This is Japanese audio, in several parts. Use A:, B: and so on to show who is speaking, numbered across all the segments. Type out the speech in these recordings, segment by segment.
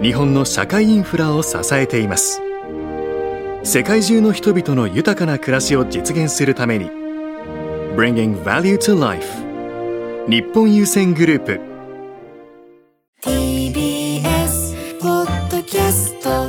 A: 日本の社会インフラを支えています世界中の人々の豊かな暮らしを実現するために Bringing Value to Life 日本郵船グループ
B: TBS ポッドキャスト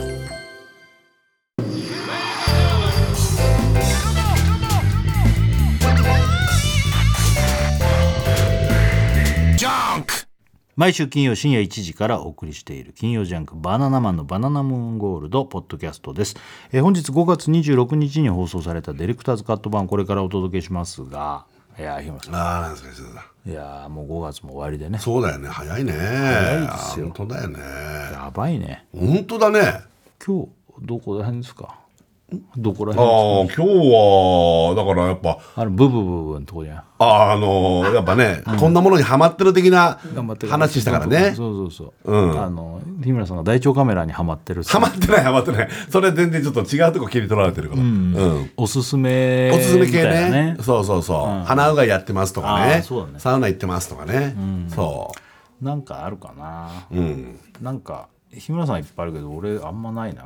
C: 毎週金曜深夜1時からお送りしている金曜ジャンクバナナマンのバナナムーンゴールドポッドキャストです。えー本日5月26日に放送されたディレクターズカット版これからお届けしますが、いやー、日村さ
D: ああ、なんですか、先生
C: ん。いやー、もう5月も終わりでね。
D: そうだよね、早いね。
C: 早いですよ
D: 本当だよね。
C: やばいね。
D: 本当だね。あ
C: 今日、どこら辺ですかどこら
D: あ
C: 辺、
D: 今日は、だからやっぱ、
C: あの、ブブブブのとこじゃん。
D: あの、やっぱね、こんなものにハマってる的な
C: 頑張ってください
D: 話したからね。
C: そうそうそう。あの、日村さんが台帳カメラにはまってる。
D: ハマってない、ハマってない。それ全然ちょっと違うとこ切り取られてるから。うん
C: おすすめ
D: おすすめ
C: み
D: 系
C: たいな
D: ねそうそうそう、鼻うがいやってますとか
C: あー
D: ね
C: そうだね
D: サウナ行ってますとかね、そ
C: なんかあるかな
D: う、うん、
C: なんか日村さんいっぱいあるけど俺あんまないな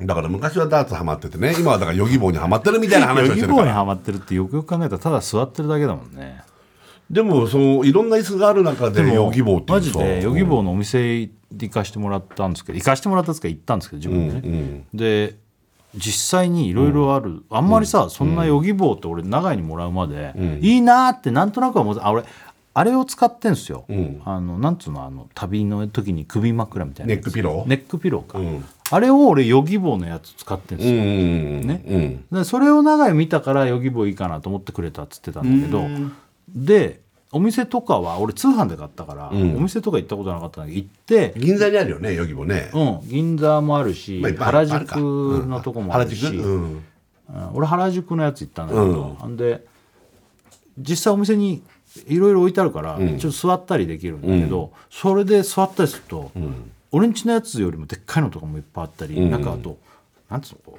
D: だから昔はダーツハマっててね今はだからヨギ棒にハマってるみたいな話を
C: ヨ
D: して
C: ギ
D: るか
C: 棒に
D: ら
C: はまってるってよくよく考えたらただ座ってるだけだもんね
D: でもそのいろんな椅子がある中でヨギ棒っていう
C: マジ
D: さ
C: でヨギ棒のお店行かしてもらったんですけど行かしてもらったんですけど行ったんですけど自分でね、で実際にいろいろある、あんまりさ、そんなヨギ棒って俺長井にもらうまで、いいなーってなんとなくは思ってあ俺あれを使ってんすよ、あのなんつうのあの旅の時に首枕みたいなやつ
D: ネックピロー
C: ネックピローか、あれを俺ヨギ棒のやつ使ってんすよ、ね
D: ね。
C: でそれを長井見たからヨギボーいいかなと思ってくれたっつってたんだけどでお店とかは俺通販で買ったから、お店とか行ったことなかったんだけど行って、
D: 銀座にあるよね、ヨギもね。
C: うん、銀座もあるし、
D: まあいっぱいあ
C: 原
D: る
C: 宿のとこもあるし、
D: 原宿うん
C: うん俺原宿のやつ行ったんだけど、ん、で実際お店にいろいろ置いてあるから、ちょっと座ったりできるんだけど、それで座ったりすると、俺んちのやつよりもでっかいのとかもいっぱいあったり、なんかあとなんつうのこう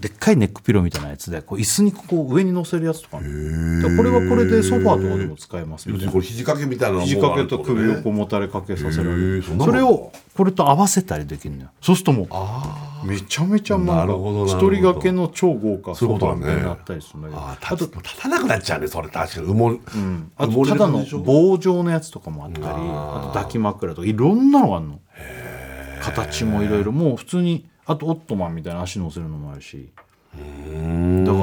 C: でっかいネックピローみたいなやつでこう椅子にここ上に乗せるやつとかあるだからこれはこれでソファーとかでも使えます
D: 要
C: みたい
D: するに
C: な
D: これ肘掛けみたいなのもある
C: 肘掛けと首を
D: って
C: こ
D: こ
C: うもたれかけさせられ
D: へ
C: る
D: え
C: そ
D: そんなの
C: れをこれと合わせたりできるのよそうするともうめちゃめちゃ
D: な
C: まあ
D: るほどなるほど
C: 一人掛けの超豪華
D: そうい
C: ソ
D: う
C: ファ
D: こ
C: ーみ
D: と
C: た
D: だね
C: いになったりするんだけど
D: ああ、立立たなくなっちゃうね、それ確かに。うも、
C: あと
D: 埋もれ
C: た
D: る
C: だの
D: でしょ
C: 棒状のやつとかもあったりあと抱き枕とかいろんなのがあるの形もいろいろもう普通にあとオットマンみたいな足乗せるのもあるしだから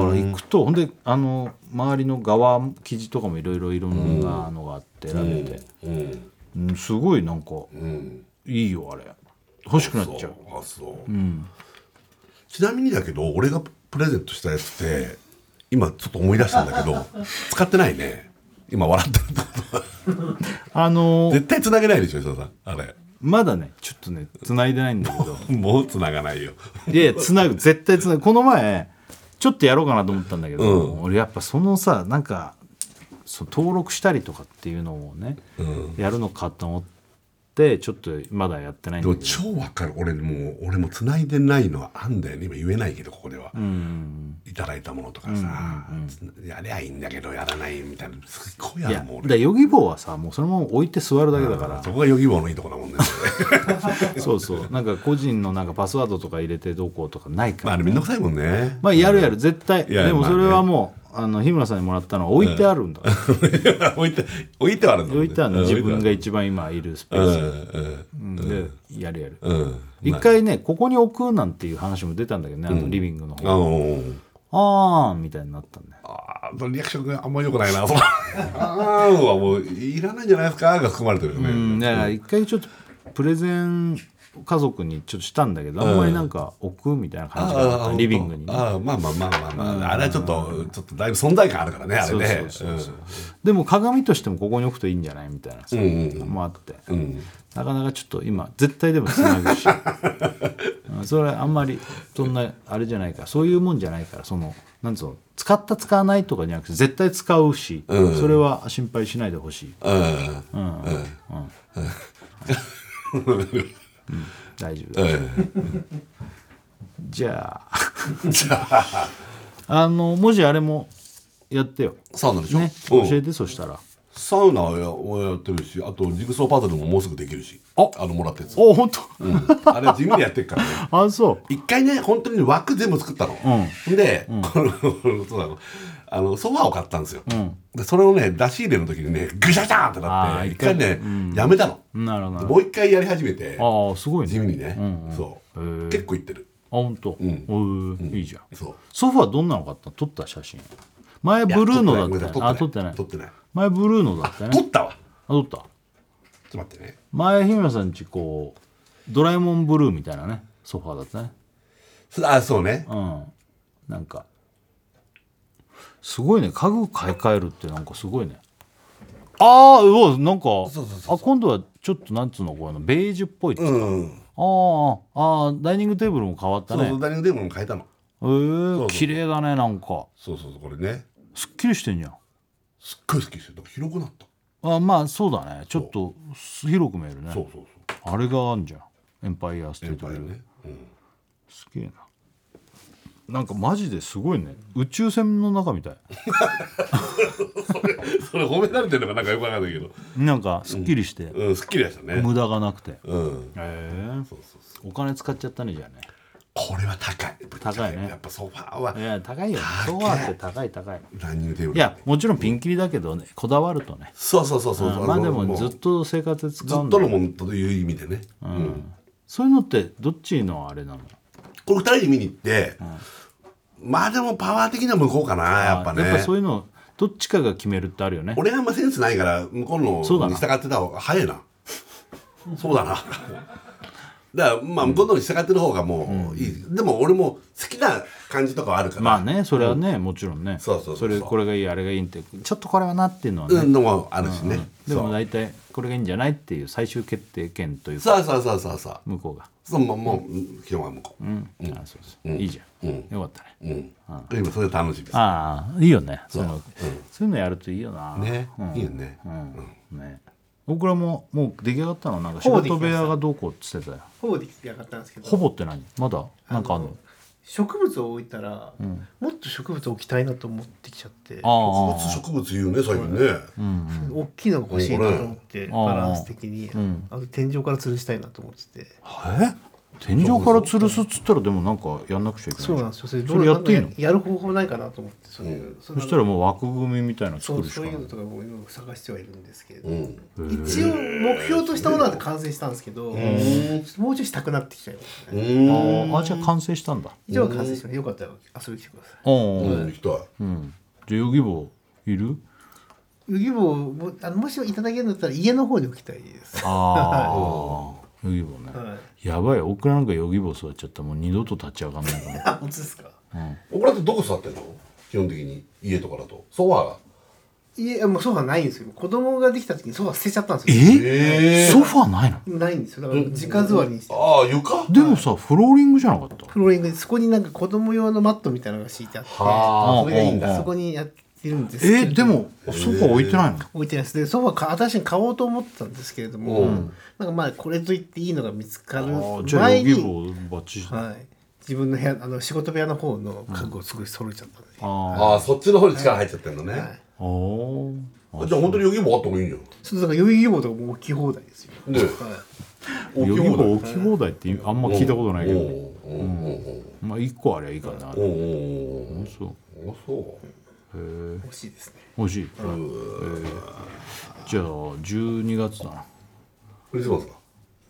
C: 行くとほんであの周りの側生地とかもいろいろいろんなのがあって選べて、うん、すごいなんか、いいよあれ欲しくなっちゃう
D: あそうちなみにだけど、俺がプレゼントしたやつって、今ちょっと思い出したんだけど、使ってないね。今笑ってるってことは
C: あのー
D: 絶対繋げないでしょ、石田さん。あれ。
C: まだねちょっとね繋いでないんだけど
D: もう繋がないよ。
C: いやいやつなぐ絶対つなぐこの前ちょっとやろうかなと思ったんだけど、俺やっぱそのさなんかその登録したりとかっていうのをね、やるのかと思ってちょっとまだやってないん
D: で
C: だ
D: も
C: けど
D: 超わかる。俺もう、俺も繋いでないのはあんだよね。今言えないけど、ここでは。いただいたものとかさ、やりゃいいんだけど、やらないみたいな。すっごい
C: い
D: ある
C: や
D: もん、
C: だ
D: 俺。
C: ヨギ棒はさもうそのまま置いて座るだけだから
D: そこがヨギボーのいいとこだもん ね。
C: そうそうなんか個人のなんかパスワードとか入れてどうこうとかないか
D: ま
C: ら、
D: あ、あれめんどくさいもんね。
C: まあやるやる絶対
D: いや
C: でも
D: まあね
C: それはもう、あの日村さんにもらったのは置いてあるんだ、
D: 置いて、置いてはあるんだもん
C: 置
D: ね
C: いてあるの
D: うん
C: 自分が
D: 置い
C: 一番今いるスペ
D: てはあ
C: ース
D: るうん
C: に、でやるやる、
D: うん。うん。
C: 一回ねここに置くなんていう話も出たんだけどねあのリビングの
D: あ
C: 方、
D: のー
C: あーんみたいになったんだよ
D: あーリアクションがあんまり良くないな。 そのあーはもういらないんじゃないですかが含まれてるよね。
C: うんだから一回ちょっとプレゼン家族にちょっとしたんだけど、あんまりなんか置くみたいな感じがあったリビングにね、
D: ああまあまあまあまあまあ、あれはちょっとちょっとだいぶ存在感あるからねあれね
C: そうそうそうそうでも鏡としてもここに置くといいんじゃないみたいなそういうのもあって、
D: うんうん
C: なかなかちょっと今絶対でもつなぐし、 うんそれはあんまりそんなあれじゃないからそういうもんじゃないからそのなんつうの使った使わないとかじゃなくて絶対使うし、それは心配しないでほしい、
D: うん
C: 大丈夫
D: う
C: だ
D: ん
C: じゃあ
D: じゃあ
C: あのもしあれもやってよ、
D: サウナでしょ、
C: ね、
D: う
C: 教
D: ん
C: えてそしたら
D: サウナはやはやってるしあとジグソーパズルももうすぐできるしあのもらったやつ、
C: お本当、
D: うんあれは地味にやって るからね
C: あそう
D: 一回ね本当に枠全部作ったの、で、このそうだろあのソファーを買ったんですよ、でそれをね出し入れの時にねぐしゃぐしゃってなっ
C: あー
D: て一
C: 一回
D: 回ね、やめたの、
C: なるほどなる
D: も
C: ほ
D: う一回やり始めて
C: どああすごい
D: 地
C: ね
D: 味にね、そう、
C: へえ
D: 結構いってる
C: あ本当、うんいいじゃん
D: そう
C: ソファどんなの買ったの撮った写真前ブルーノだったよあ撮ってない
D: 撮ってない
C: 前ブルーノだったよ
D: 撮
C: ね
D: ったわ
C: あ撮った
D: ちょっと待ってね
C: 前日村さんちこうドラえもんブルーみたいなねソファーだったね
D: そあそうね
C: うんなんかすごいね家具買い替えるってなんかすごいねああうわなんか
D: そうそう
C: あ今度はちょっとなんつうのこういうのベージュっぽい、あ
D: うん
C: ーあーダイニングテーブルも変わった
D: そう
C: ね
D: そうダイニングテーブルも変えた
C: え
D: の
C: え
D: そう
C: 綺麗だねなんか
D: そうそうそうこれね
C: すっきりしてんじゃん
D: すっごい好きですよだから広くなった、
C: あまあそうだねちょっと広く見えるね
D: そうそうそ
C: あれがあんじゃんエンパイアステ
D: うエ
C: ー
D: ン
C: ト
D: パ
C: ビ
D: イア
C: ル、
D: ね、うん
C: すげえななんかマジですごいね宇宙船の中みたい
D: それ褒められてるのかなんかよくわかんないけど、
C: なんかすっきりして、
D: うん、すっきりでしたね。
C: 無駄がなくてへ
D: うん。
C: え
D: そうそうそう。
C: お金使っちゃったねじゃあね
D: これは高い。
C: 高いね
D: やっぱソファーはい
C: や高いよソファーって高い高い
D: ダイニングテーブル。
C: いや、もちろんピンキリだけどねこだわるとね
D: そうそうそうそう。の
C: まあでもずっ。と生活で使
D: ず
C: う
D: っ
C: ん
D: と
C: だ
D: のもんという意味でね。うん。
C: そういうのってどっちのあれなの
D: これ二人で見に行って、まあでもパワー的には向こうかな、やっぱね。
C: やっぱそういうのどっちかが決めるってあるよね
D: 俺があんまセンスないから、向こう
C: そう
D: の
C: だ
D: に
C: な
D: 従ってた方が早いな。そうだな。だからまあ向こうのに従ってる方がもういい、でも俺も好きな感じとかはあるから、
C: まあねそれはね、もちろんね
D: そうそうそうそう
C: れこれがいいあれがいいってちょっとこれはなっていうのはね、
D: うんのもあるしね、
C: で
D: そ
C: も
D: う
C: 大体これがいいんじゃないっていう最終決定権というか
D: そうそうそうそうそう
C: 向こうが
D: そうもうもう昨日は向こう
C: うん、あそうそう、いいじゃん、よかったね
D: うん今それ楽しみです
C: ああいいよねそういうの、そういうのやるといいよな
D: ね
C: うん
D: いいよね
C: うんね僕らももう出来上がったのなんか仕事部屋がどうこうっつってたよ
E: ほぼ出来上がったんですけど
C: ほぼって何まだなんかあんの
E: 植物を置いたら、もっと植物置きたいなと思ってきちゃって
C: ああ
D: 植物言うね最近ね
E: 大きいのが欲しいなと思って
C: これ
E: バランス的にあ,、と天井から吊るしたいなと思ってて
C: 天井から吊るすっつったらでもなんかやんなくちゃいけない
E: そうなんですよそれ
C: それやっていいの
E: どうなんかややる方法ないかなと思ってそういう、そ
C: そしたらもう枠組みみたいなの
E: そ
C: 作
E: う
C: るし
E: そ
C: か
E: う
C: ない
E: いうのとかも今探してはいるんですけど、一応目標としたものは完成したんですけど、ちょっともうちょいしたくなってきちゃいましたね、
C: ああじゃあ完成したんだ
E: 以上は完成しましたよかったら遊びに来てください
C: うん
D: うん行きたい
C: じゃあヨギボーいる
E: ヨギボーもあのもしいただけるんだったら家の方に置きたいです
C: ああヨギボーね、
E: は
C: やばいオクラなんかヨギボー座っちゃったらもう二度と立ち上がんないから
E: あ本当ですか
D: これってどこ座ってんの基本的に家とかだとソファーが
E: いやもうソファないんですよ子供ができた時にソファ捨てちゃったんですよ
D: え
C: ソファーないの
E: ないんですよだから直座りにして
D: ああ床
C: でもさフローリングじゃなかった
E: フローリングでそこになんか子供用のマットみたいなのが敷いてあって
D: はあそれがいいんだ
E: そこにやってるんです
C: えでもソファー置いてないの
E: 置いてないですでソファか私に買おうと思ってたんですけれども、なんかまあこれといっていいのが見つかる
C: ああじゃあ
E: 前
C: ヨギ
E: に、
C: ボーバッチリあ
E: はい、自分の部屋あの仕事部屋の方の家具をすごい揃えちゃったんで、
C: あ
D: ああそっちの方に力入っちゃってんのね
E: はい
C: あー
D: じゃあ本当に余裕もあった方がいいんじゃ
E: そうだから余裕ボーとかも置き放題ですよ、
D: んね
E: はい
D: 大
C: ヨギ
D: きい
C: ボ
D: 方だ
C: ー置き放題ってあんま聞いたことないけど
D: うんうんうんうん
C: まあ一個あればいいかな
D: うんうんうん
C: そう
D: あそ
E: 欲しいですね
C: 美味しいじゃあ12月だな
D: うクリスマスか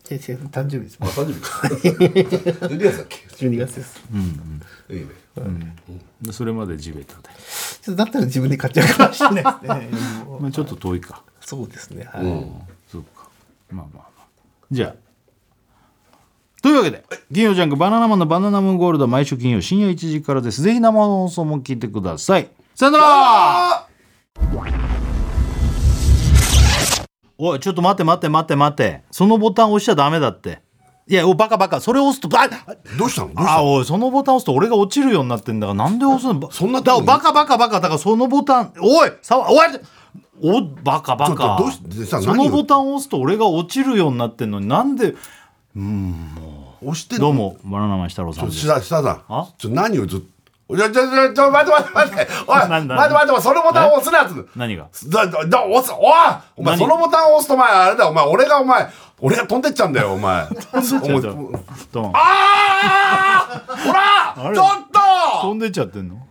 E: 先生の誕生日です
D: あ誕生日かジュリアスだっけ
E: 12月です
D: いいね
C: でそれまで地べたで、
E: ちょっとだったら自分で買っちゃうかもしれないですねもう
C: まあ、ちょっと遠いか
E: そうですねはい、
C: そうかまあまあまあじゃあいうわけで金曜ジャンク「バナナマンのバナナムーンゴールド」毎週金曜深夜1時からですぜひ生放送も聞いてくださいさよならおいちょっと待って待って待って待ってそのボタン押しちゃダメだっていやおバカバカそれ押すとバあ
D: どうしたのどうした
C: あ
D: の
C: おいそのボタン押すと俺が落ちるようになってんだからなんで押すのば
D: そんなと
C: だ
D: こ
C: から
D: に
C: バカバカバカだからそのボタンおいさわおいおバカバカ
D: ちょっとどうしさ
C: そ
D: 何
C: の
D: を
C: ボタンを押すと俺が落ちるようになってんのになんで
D: 押して
C: どうもバナナマン設太郎さ
D: ち
C: ん
D: ょ
C: です
D: 下下さん
C: あ
D: ちょ何をずっとちょちょちょちょ待って待って待っておい
C: な
D: 待っ
C: ん
D: て
C: だ
D: 待って待ってそのボタンを押すなやつ
C: 何が
D: だだだ押すおいお前
C: 何
D: そのボタンを押すとお前あれだお前俺がお前俺が飛んでっちゃうんだよ お前
C: ちょっと
D: お前
C: ドン
D: あーほ
C: あ
D: ら
C: れ
D: ちょっと
C: 飛んでっちゃってんの
D: よ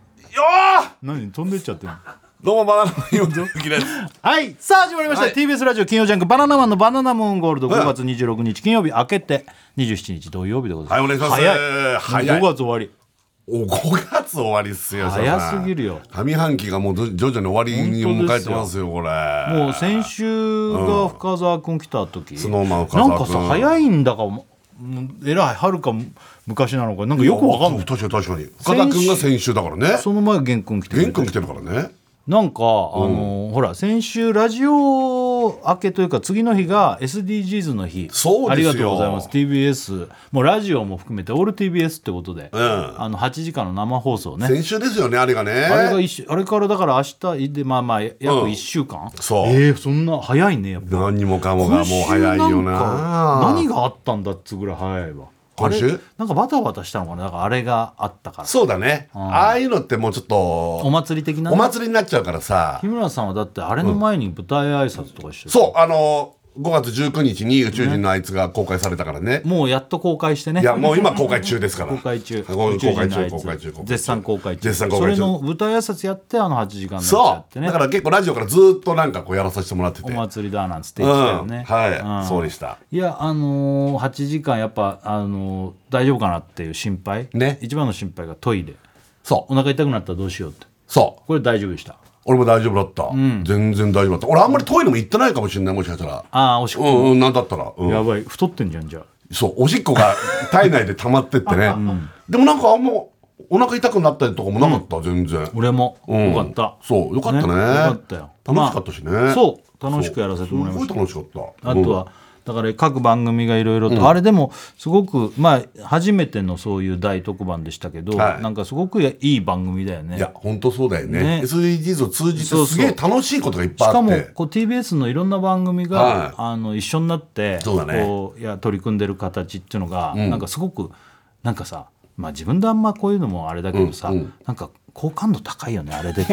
D: ー
C: 何飛んでっちゃってんの
D: どうもバナナマンよぞきです
C: はいさあ始まりました、
D: はい
C: TBS ラジオ金曜ジャンク「バナナマンのバナナムーンゴールド」
D: はい
C: 5月26日金曜日明けて27日土曜日でございます
D: はいお願いします
C: 早い
D: 早い
C: 5月終わり
D: お5月終わりっすよ
C: 早
D: さん
C: すぎるよ
D: 上半期がもうど徐々に終わりに
C: 本
D: 向
C: 当
D: か
C: で
D: え
C: す
D: て
C: よ
D: ますよこれ
C: もう先週が深澤君来た時、
D: スノーマン深
C: な
D: 澤君
C: んかさ早いんだかもえらいはるか昔なのかなんかよくわかんない
D: 確かに確かに深田君が先週だからね
C: その前玄君来てくれ
D: 玄
C: て
D: 君来てるからね
C: なんか、あのほら先週ラジオ明けというか次の日が SDGs の日
D: そうですよ
C: ありがとうございます TBS もうラジオも含めてオール TBS ってことで、あの8時間の生放送ね
D: 先週ですよねあれがね
C: あれが一週あれからだから明日でまあまあ約1週間、
D: そう
C: えーそんな早いねやっぱ
D: 何にもかもがもう早い
C: 今
D: よ
C: 週ん
D: な
C: か何があったんだっつうぐらい早いわ
D: 今週
C: あれなんかバタバタしたのかなだからあれがあったから
D: そうだねああいうのってもうちょっと
C: お祭り的なね
D: お祭りになっちゃうからさ
C: 日村さんはだってあれの前に舞台挨拶とかしてる
D: そうあの5月19日に宇宙人のあいつが公開されたからね
C: もうやっと公開してね
D: いやもう今公開中ですから
C: 公開中
D: 公
C: 宇
D: 開
C: 宙人
D: 中公
C: のあ
D: 開
C: い
D: 中
C: つ
D: 公開中
C: 絶賛公開中
D: 絶賛公
C: そ
D: 開
C: れの
D: 中
C: 舞台挨拶やってあの8時間のやつや
D: そ
C: って
D: う
C: ね
D: だから結構ラジオからずっとなんかこうやらさせてもらってて
C: お祭りだなんつって
D: うん
C: 言ってたよね、
D: はい
C: ん
D: そうでした
C: いやあのー、8時間やっぱ、あのー大丈夫かなっていう心配
D: ね
C: 一番の心配がトイレ
D: そ
C: お腹痛くなったらどうしようって
D: そう
C: これ大丈夫でした
D: 俺も大丈夫だった、全然大丈夫だった俺あんまりトイレも行ってないかもしれないもしかしたら
C: ああおしっ
D: う
C: こ、
D: んうんなんだったら、うん
C: やばい太ってんじゃんじゃあ
D: そうおしっこが体内で溜まっ てってね、でもなんかあんまお腹痛くなったりとかもなかった、全然
C: 俺も、
D: うん
C: よかった
D: そうよかったね
C: よかったよ
D: 楽しかったしね、
C: まあそう楽しくやらせてもらいました
D: そうすごい楽しかった
C: あとは、だから各番組がいろいろと、あれでもすごくまあ初めてのそういう大特番でしたけど、
D: はい
C: なんかすごくいい番組だよ
D: うん
C: ね
D: いや本当そうだよね
C: ね
D: SDGs を通じ
C: そうそ
D: て
C: う
D: すげえ楽しいことがいっ
C: し
D: ぱいあ
C: か
D: っ
C: も
D: て
C: こう TBS のいろんな番組が、
D: はい
C: あの一緒になって
D: そうだね
C: こういや取り組んでる形っていうのが、なんかすごくなんかさまあ自分であんまこういうのもあれだけどさ、
D: うんうん
C: なんか好感度高いよねあれ で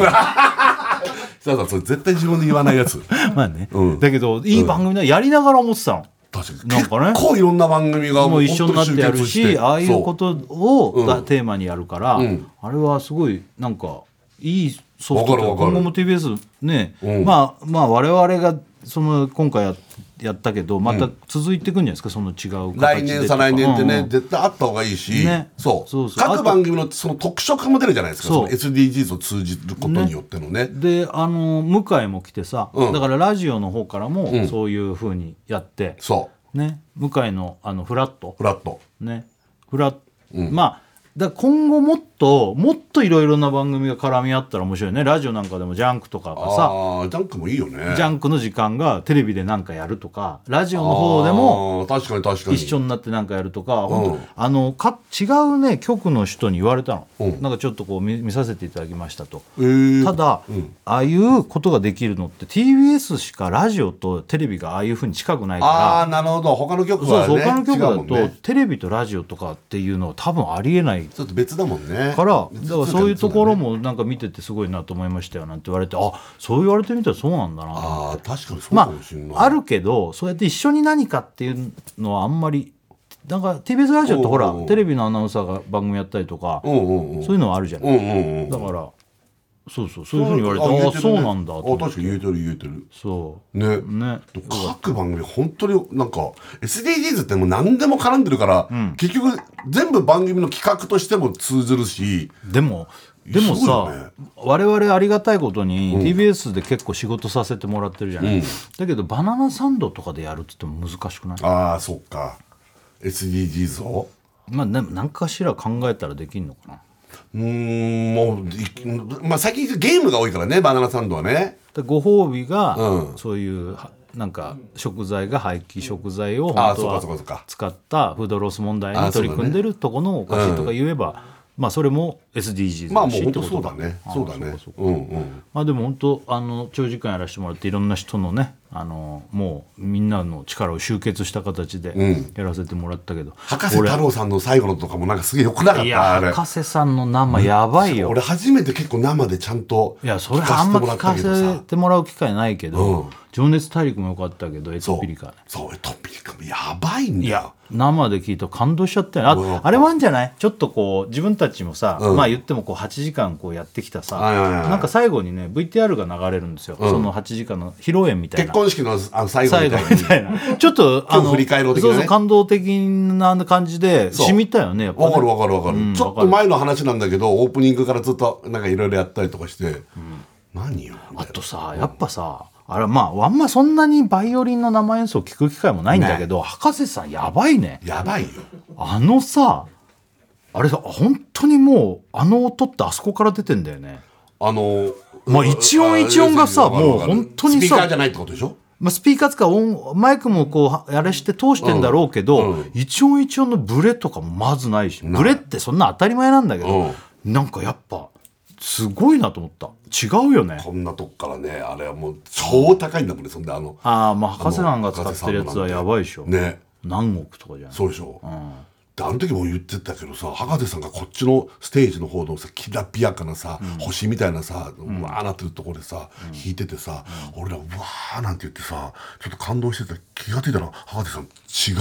D: そうそうそれ絶対自分で言わな いやつ
C: まあね、
D: うん
C: だけどいい番組だやりながら思ってたの。
D: 確かに
C: なんかね
D: 結構いろんな番組が
C: もう一緒になってやる
D: 本当に集結
C: してああいうことを
D: ん
C: だテーマにやるから、
D: うん
C: あれはすごいなんかいいソフトだ
D: わかるわかる
C: 今後も TBS ね、
D: うん
C: まあまあ我々がその今回ややったけどまた続いていくんじゃないですかその違う形でとか
D: 来年再来年ってね、
C: うんうん
D: 絶対あった方がいいし、
C: ね
D: そう
C: そうそうあと
D: 各番組のその特色も出るじゃないですか
C: そう
D: その SDGs を通じることによってのね
C: であの向井も来てさ、
D: うん
C: だからラジオの方からもそういうふうにやって、
D: そう
C: ね向井のあのフラット
D: フラット
C: ねフラまあだから今後もっともっといろいろな番組が絡み合ったら面白いねラジオなんかでもジャンクとかがさ
D: ああジャンクもいいよね
C: ジャンクの時間がテレビでなんかやるとかラジオの方でも
D: あー確かに確かに
C: 一緒になってなんかやるとか、
D: ん
C: 本当あのか違うね局の人に言われたの、
D: うん
C: なんかちょっとこう見見させていただきましたと。
D: えー
C: ただ、ああいうことができるのって TBS しかラジオとテレビがああいうふうに近くないから
D: ああなるほど他の曲
C: そう
D: は
C: そう、
D: ね
C: 他の曲だ
D: 違うも
C: と、
D: んね
C: テレビとラジオとかっていうのは多分ありえない
D: ちょっと別だもんね
C: から
D: 別
C: だからそういうところ
D: ね
C: もなんか見ててすごいなと思いましたよなんて言われてあそう言われてみたらそうなんだなと思って
D: ああ確かにそうか
C: ま
D: もしれない、
C: ああるけどそうやって一緒に何かっていうのはあんまりなんか TBS ラジオってほ
D: お
C: ら
D: うおう
C: テレビのアナウンサーが番組やったりとか
D: うんうんうん
C: そういうのはあるじゃ
D: う
C: ない
D: んうんうん
C: だからそうそうそういうふうに言われてああそうなんだと
D: あ
C: 思
D: 確
C: っ
D: かに言え
C: て
D: てる言えてる
C: そ
D: ね
C: うね
D: 各番組本当になんか SDGs ってもう何でも絡んでるから、結局全部番組の企画としても通ずるし
C: でもでも
D: すごい
C: さ、我々ありがたいことに TBS で結構仕事させてもらってるじゃない、だけどバナナサンドとかでやるって言っても難しくない
D: ああそっか SDGs を
C: まあな何かしら考えたらできんのかな
D: うーんもういまあ最近ゲームが多いからねバナナサンドはね
C: でご褒美が、
D: うん
C: そういうはなんか食材が廃棄食材を
D: あ
C: 本
D: あ
C: 当
D: そうか
C: は
D: そうかそうか
C: 使ったフードロス問題
D: あ
C: に
D: そう
C: 取
D: だね
C: り組んでるとこのお菓
D: うん
C: 子とか言えば、まあそれも SDGs
D: まあもう
C: し
D: 本
C: って
D: 当
C: こ
D: そう
C: と
D: だ
C: か
D: ね
C: ああ
D: そうだね
C: かそうか
D: うんうん
C: まあでも本当あの長時間やらせてもらっていろんな人のねあのもうみんなの力を集結した形で
D: うん
C: やらせてもらったけど、
D: 博士太郎さんの最後のとかもなんかすげえよくなかっ
C: い
D: た
C: や
D: あれ
C: 博士さんの生やばいよ
D: 俺初めて結構生でちゃんと
C: いやそれあんま聞か
D: けど
C: せ
D: さ
C: てもらう機会ないけど「
D: うん
C: 情熱大陸」も良かったけど「エ
D: そ
C: ト
D: う
C: ピリカ」ね
D: そうエトピリカもやばいんだ
C: いや
D: よ
C: 生で聞いた感動しちゃったよ
D: うわ
C: ああれもあるんじゃないちょっとこう自分たちもさ、
D: うん
C: まあ言ってもこう8時間こうやってきたさ
D: はいはいはい
C: なんか最後にね VTR が流れるんですよ、
D: ん
C: その8時間の披露宴みたい
D: 結
C: な
D: 婚式のあの最後
C: 最
D: み
C: 後
D: たい
C: み
D: に
C: たい なちょっとあ
D: 今日振り返ろう的
C: そ
D: なね
C: うそう感動的な感じで
D: そう
C: 染みたよねやっぱね
D: わかるわかるわかる、
C: うん
D: ちょっと前の話なんだけどオープニングからずっとなんかいろいろやったりとかして、何よみた
C: あ
D: いな
C: とさやっぱさあれまああんまそんなにバイオリンの生演奏聞く機会もないんだけど、博士さんやばいね
D: やばいよ
C: あのさあれさ本当にもうあの音ってあそこから出てんだよね、
D: あの
C: まあ一音一音がさ
D: わかるわかる
C: もう本当にさ
D: スピーカーじゃないってことでしょ
C: まあ、スピーカー使う音マイクもこうあれして通してんだろうけど、
D: うん
C: 一音一音のブレとかもまずないし
D: ない
C: ブレってそんな当たり前なんだけど、なんかやっぱすごいなと思った違うよね
D: こんなとこからねあれはもう超高いんだもんねそんであの
C: ああまあ博士さんが使ってるやつはやばいでしょ、
D: ね
C: 何億とかじゃない
D: そうでしょ、
C: ん
D: であの時も言ってたけどさ博士さんがこっちのステージの方のさきらびやかなさ、星みたいなさうわーなってるところでさ、弾いててさ、俺らうわーなんて言ってさちょっと感動してた気が付いたら博士さ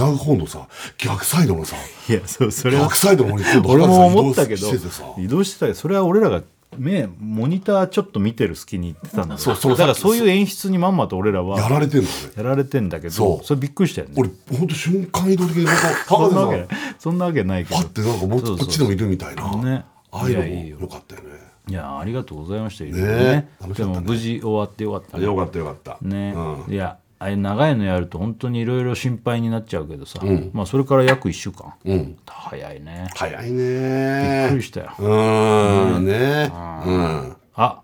D: ん違う方のさ逆サイドのさ
C: いやそうそれは
D: 逆サイドの方に今度
C: 俺も思
D: 博
C: っ
D: 士さ
C: た
D: ん
C: け
D: 移動
C: ど
D: しててさ
C: 移動してたけどそれは俺らが目モニターちょっと見てる隙に行ってたんだ
D: そう
C: よ
D: そ
C: だ
D: う
C: からそういう演出にまんまと俺ら
D: や
C: は
D: られてんのね
C: やられてんだけ
D: そ
C: ど
D: う
C: それびっくりしたよね
D: 俺ほんと瞬間移動的 に
C: そ
D: 博
C: ん
D: 士
C: な
D: さ
C: わ
D: ん
C: けないそんなわけないけ
D: パ
C: ど
D: ッてなんかもう
C: そうそう
D: こっちでもいるみたいな、
C: ね
D: ああいうの
C: いやいいよ
D: もよかったよね
C: いやありがとうございましたいろいろ
D: ね
C: ね
D: 楽しか
C: で
D: っ
C: も
D: たね
C: 無事終わってよかったね
D: よかったよかった
C: ね
D: うん
C: いやあれ長いのやると本当にいろいろ心配になっちゃうけどさまあそれから約1週間
D: うん
C: 早いねびっ
D: 早い
C: く
D: ね
C: りしたよ
D: うーんねうん
C: あ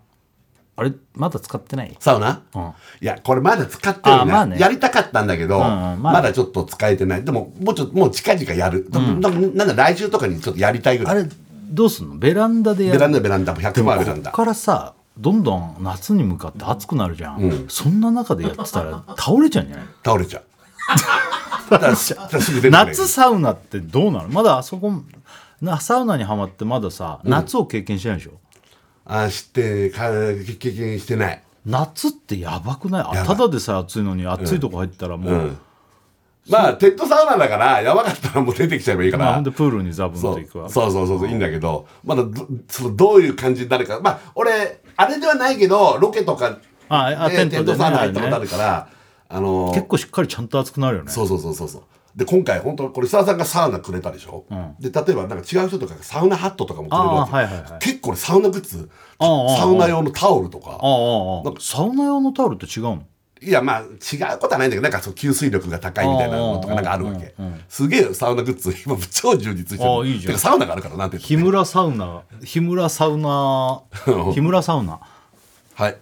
C: あれまだ使ってない
D: サウナ
C: うん
D: いやこれまだ使ってる
C: あ
D: ね,、
C: まあね
D: やりたかったんだけ
C: う
D: ど、
C: ん
D: ま
C: うんまあ
D: だちょっと使えてないでももうちょっともう近々やる、でもでもなんか来週とかにちょっとやりたいぐら
C: あ
D: い
C: れどうすんのベランダでや
D: ベ
C: る
D: ランダベランダ100
C: こ
D: 万ベランダ
C: こからさどんどん夏に向かって暑くなるじゃん、そんな中でやってたら倒れちゃうんじ ゃない
D: 倒れちゃうだからすすぐ出てくれる
C: 夏サウナってどうなのまだあそこなサウナにはまってまださ夏を経験してないでしょ、
D: あしてか経験してない
C: 夏ってやばくない
D: やば
C: あ
D: い
C: ただでさえ暑いのに暑いとこ入ったらもう、
D: うんまあテッドサウナだからやばかったらもう出てきちゃえばいいから、
C: まあ、ほんでプールにザブン
D: そ
C: と
D: う
C: 行くわ
D: そうそうそうそういいんだけどまだどそのどういう感じになるかまあ俺あれではないけどロケとか
C: ああ
D: ね
C: テントでね
D: テサウナ入ったことあるからあの
C: 結構しっかりちゃんと暑くなるよね
D: そうそうそうそうそうで今回本当これ久田さんがサウナくれたでしょ、で例えばなんか違う人とかがサウナハットとかもくれるわけ、
C: ああはいはいはい
D: 結構俺サウナグッズ
C: ああああ
D: サウナ用のタオルとか
C: ああああ
D: な
C: あ
D: ん
C: あ
D: か
C: サウナ用のタオルって違うの
D: いやまあ違うことはないんだけどなんかその吸水力が高いみたいなのとかなんかあるわけすげえサウナグッズ今超充実して
C: あ
D: る
C: あいいじゃん
D: てかサウナがあるからなんて言って
C: 日
D: も
C: 村サウナ日村サウ ナ日村サウナ
D: はい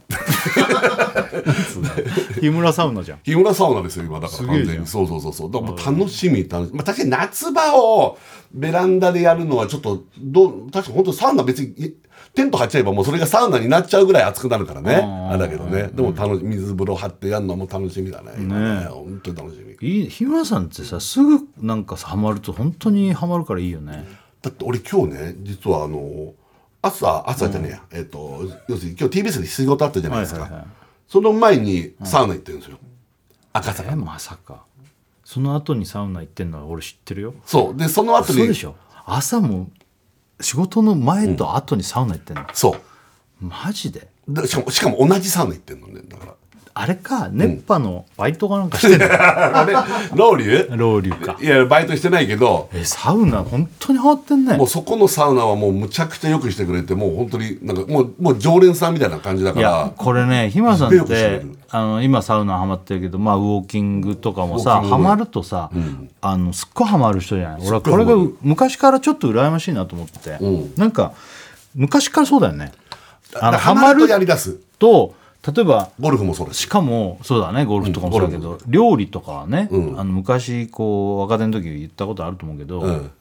C: 日村サウナじゃん
D: 日村サウナですよ今だから
C: すげえ
D: 完
C: じゃ
D: 全
C: ん
D: にそうそうそうそうだからもう楽しみ楽しみ、まあ、確かに夏場をベランダでやるのはちょっとどう確かに本当サウナ別にいテント張っちゃえばもうそれがサウナになっちゃうぐらい暑くなるからねあれだけどねでも楽し水風呂張ってやるのも楽しみだね今ね本当に楽しみ
C: いい日村さんってさすぐなんかさハマると本当にハマるからいいよね
D: だって俺今日ね実はあの朝朝じゃねえや、えっ、と要するに今日 TBS で仕事あったじゃないですか、
C: はいはいはい
D: その前にサウナ行ってるんですよ、赤
C: え
D: 坂
C: まさかその後にサウナ行ってんのは俺知ってるよ
D: そうでその後に
C: そうでしょ朝も仕事の前と後にサウナ行ってんの、
D: そう
C: マジで
D: でしかもしかも同じサウナ行ってんのねだから
C: あれか熱波のバイトかなんかしてんの、
D: あれロウリュ
C: ロウリュか
D: いやバイトしてないけど
C: えサウナ本当にハマってんね
D: もうそこのサウナはもうむちゃくちゃよくしてくれてもう本当になんかもうもう常連さんみたいな感じだか
C: いや
D: ら
C: これね日村さん
D: よ
C: っ
D: くして
C: て
D: る
C: あの今サウナハマってるけど、まあ、ウォーキングとかもさハマるとさ、あのすっごいハマる人じゃない俺はこれがう昔からちょっと羨ましいなと思ってて、なんか昔からそうだよねあのハ
D: ハマ
C: マ
D: ると
C: る
D: やり出す
C: と例えば
D: ゴルフもそうだし
C: しかもそうだねゴルフとかもそうだけど、料理とかはね、あの昔こう若手の時言ったことあると思うけど、
D: うん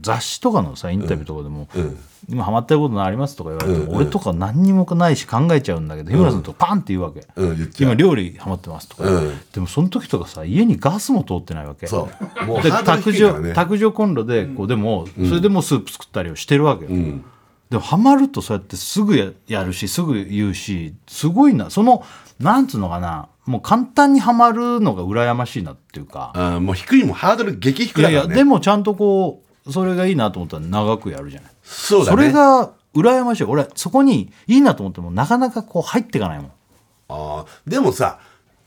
C: 雑誌とかのさインタビューとかでも「今ハマってることあります」とか言われても、俺とか何にもないし考えちゃうんだけど日村さんとかパンって言うわけ、
D: うん言っちゃう
C: 今料理ハマってます」とか、
D: うん
C: でもその時とかさ家にガスも通ってないわけ
D: そうもう
C: で
D: ハードル
C: 卓
D: 低いから
C: 上、
D: ね
C: 卓上コンロでこう、でもそれでもうスープ作ったりをしてるわけよ、でもハマるとそうやってすぐややるしすぐ言うしすごいなそのなんつうのかなもう簡単にハマるのが羨ましいなっていうか、
D: あーもう低いもんハードル激低
C: い
D: い
C: や
D: か
C: い
D: ら
C: や
D: ね
C: でもちゃんとこうそれがいいなと思ったら長くやるじゃない
D: そうだね
C: れが羨ましい俺そこにいいなと思ってもなかなかこう入っていかないもん
D: あーでもさ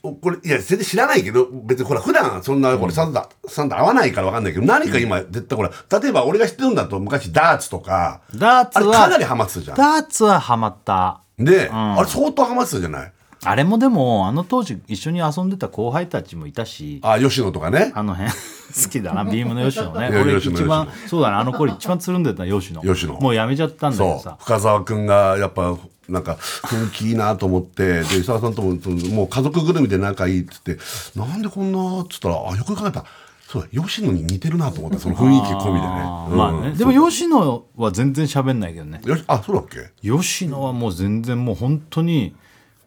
D: おこれいや全然知らないけど別にほら普段そんなこれサンダサンダ合わないからわかんないけど何か今絶対これ例えば俺が知ってるんだと昔ダーツとか
C: ダーツは
D: あれかなりハマってたじゃん
C: ダーツはハマった
D: で、あれ相当ハマってたじゃない
C: あれもでもあの当時一緒に遊んでた後輩たちもいたし
D: あ吉野とかね
C: あの辺 好き だなビームの吉野ね
D: いや
C: 俺
D: 吉野
C: 一番そうだねあの頃一番つるんでた吉野
D: 吉野
C: もうやめちゃったんだけど
D: そ
C: さ
D: う深澤君がやっぱなんか雰囲気いいなと思ってで伊沢さんともそのもう家族ぐるみで仲いいっつってなんでこんなっつったらあよく考えたらそうだ吉野に似てるなと思ったその雰囲気込みでね
C: あーまあねでも吉野は全然喋んないけどね
D: よしあそうだっけ
C: 吉野はもう全然もう本当に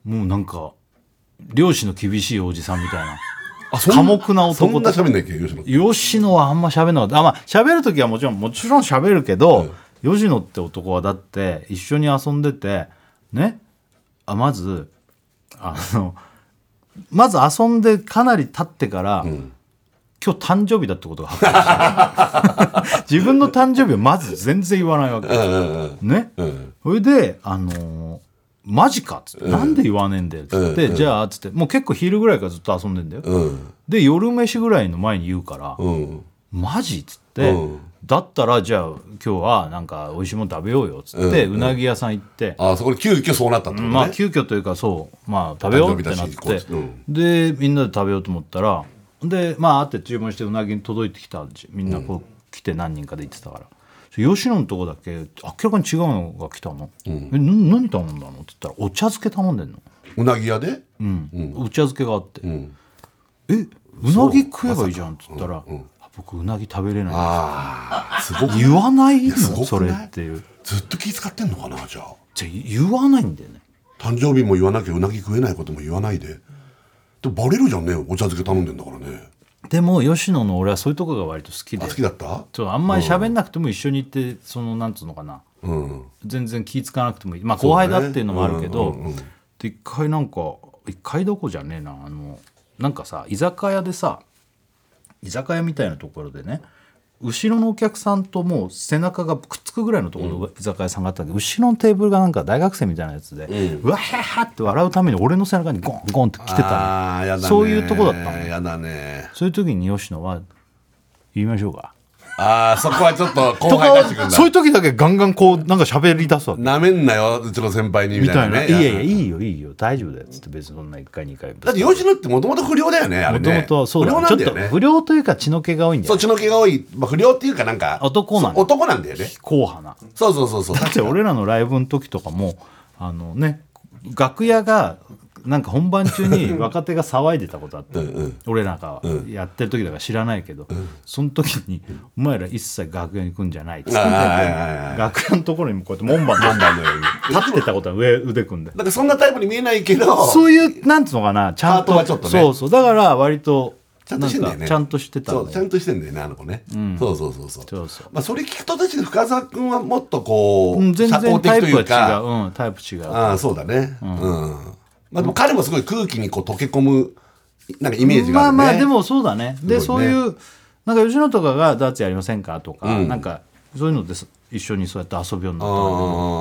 C: もうなんか漁師の厳しいおじさんみたいな
D: あ
C: 寡黙な男
D: そんな喋んないっけ吉野
C: 吉野はあんま喋んなかったあまあ喋る時はもちろんもちろん喋るけど、吉野って男はだって一緒に遊んでてねあまずあのまず遊んでかなり経ってから、今日誕生日だってことが発覚した自分の誕生日をまず全然言わないわけ、ね、それであのーマジかっつって、なんで言わねえんだよっつって、じゃあっつってもう結構昼ぐらいからずっと遊んでんだよ、で夜飯ぐらいの前に言うから「
D: うん
C: マジ?」っつって、だったらじゃあ今日はなんか美味しいもの食べようよ」っつって、うなぎ屋さん行って、
D: あそこで急遽そうなったってことね、
C: まあ急遽というかそうまあ食べようってなっ、
D: 誕生日だしてこううん
C: でみんなで食べようと思ったらでまあ会って注文してうなぎに届いてきたんでみんなこう来て何人かで行ってたから。吉野のとこだけ明らかに違うのが来たの「えな何頼んだの?」って言ったら「お茶漬け頼んでんの?」
D: うなぎ屋で、
C: お茶漬けがあって「えうなぎ食えばいいじゃん」って言ったら「あ僕うなぎ食べれないんです」
D: ああすごく
C: 言わないの
D: やすごくない
C: それっていう
D: ずっと気遣ってんのかなじゃあ
C: じゃあ言わないんだよね
D: 誕生日も言わなきゃうなぎ食えないことも言わないででもバレるじゃんねお茶漬け頼んでんだからね
C: でも吉野の俺はそういうとこが割と好き
D: あ
C: で
D: 好きだった
C: ちょっとあんまり喋んなくても一緒に行ってそのなんつうのかな
D: うん
C: 全然気ぃ付かなくてもいいまあ後輩だ
D: そうね
C: っていうのもあるけど、
D: うんうんうん
C: で一回なんか一回どこじゃねえなあのなんかさ居酒屋でさ居酒屋みたいなところでね後ろのお客さんともう背中がくっつくぐらいのところの居酒屋さんがあったんで、後ろのテーブルがなんか大学生みたいなやつで、うわははって笑うために俺の背中にゴンゴンって来てた
D: あー
C: の
D: やだね
C: そういうとこだったの
D: やだね
C: そういう時に吉野は「言いましょうか」
D: ああそこはちょっと後
C: と
D: 輩出してく
C: か
D: ん
C: そういう
D: だ
C: 時だけガンガンこうなんか喋り出すわけ
D: なめんなようちの先輩にみ
C: みた
D: たい
C: い
D: な
C: な。
D: ね
C: いやいや、
D: や
C: いいよ、いいよ、大丈夫だよ。つって別にそんな1回、2回。
D: だって吉野ってもともと不良だよねあれ
C: もと
D: ね
C: もと、そうだ
D: 不良
C: ね、
D: な
C: ちょっ
D: んだよ
C: と
D: ね
C: 不良というか血の気が多いんだよ
D: そう
C: ね。
D: 血の気が多い、まあ、不良っていうかなんか
C: 男なんだ
D: そう男なんだよね
C: 硬派な。
D: そうそうそうそう
C: だって俺らのライブの時とかも、あのね、楽屋が、なんか本番中に若手が騒いでたことあって俺なんかやってる時だから知らないけど、その時に「お前ら一切楽屋に行くんじゃない」っつって
D: あーはいはいはい
C: 楽屋のところにこうやって 門番門番のように立ってたことは上腕組んで
D: なんかそんなタイプに見えないけど
C: そういう、なんつうのかな、ちゃんと。
D: パートはちょっとね
C: そうそう。だから、割と、
D: ちゃんとしてんだよ
C: な
D: ね
C: かちゃんとしてた
D: そ
C: ん
D: う
C: だ
D: ちゃ
C: よ
D: んとしてんだよねあの子ね、そうそうそうそう
C: そうそう
D: まあ、それ聞くと確かに深澤君はもっとこう、
C: うん全
D: 社交
C: 然
D: 的
C: タイ
D: と
C: プ
D: い
C: は
D: うか
C: 違う。うん、タイプ違う。
D: ああそうだねうん、まあ、でも彼もすごい空気にこう溶け込むなんかイメージ
C: ま
D: があ
C: あ
D: る、ね、
C: まあ、でもそうだね。で、
D: す
C: そ
D: ご
C: う
D: いね
C: いう、なんか吉野とかがダーツやりませんかとか、なんか、そういうのです一緒にそうやって遊ぶようになったんだけど
D: あ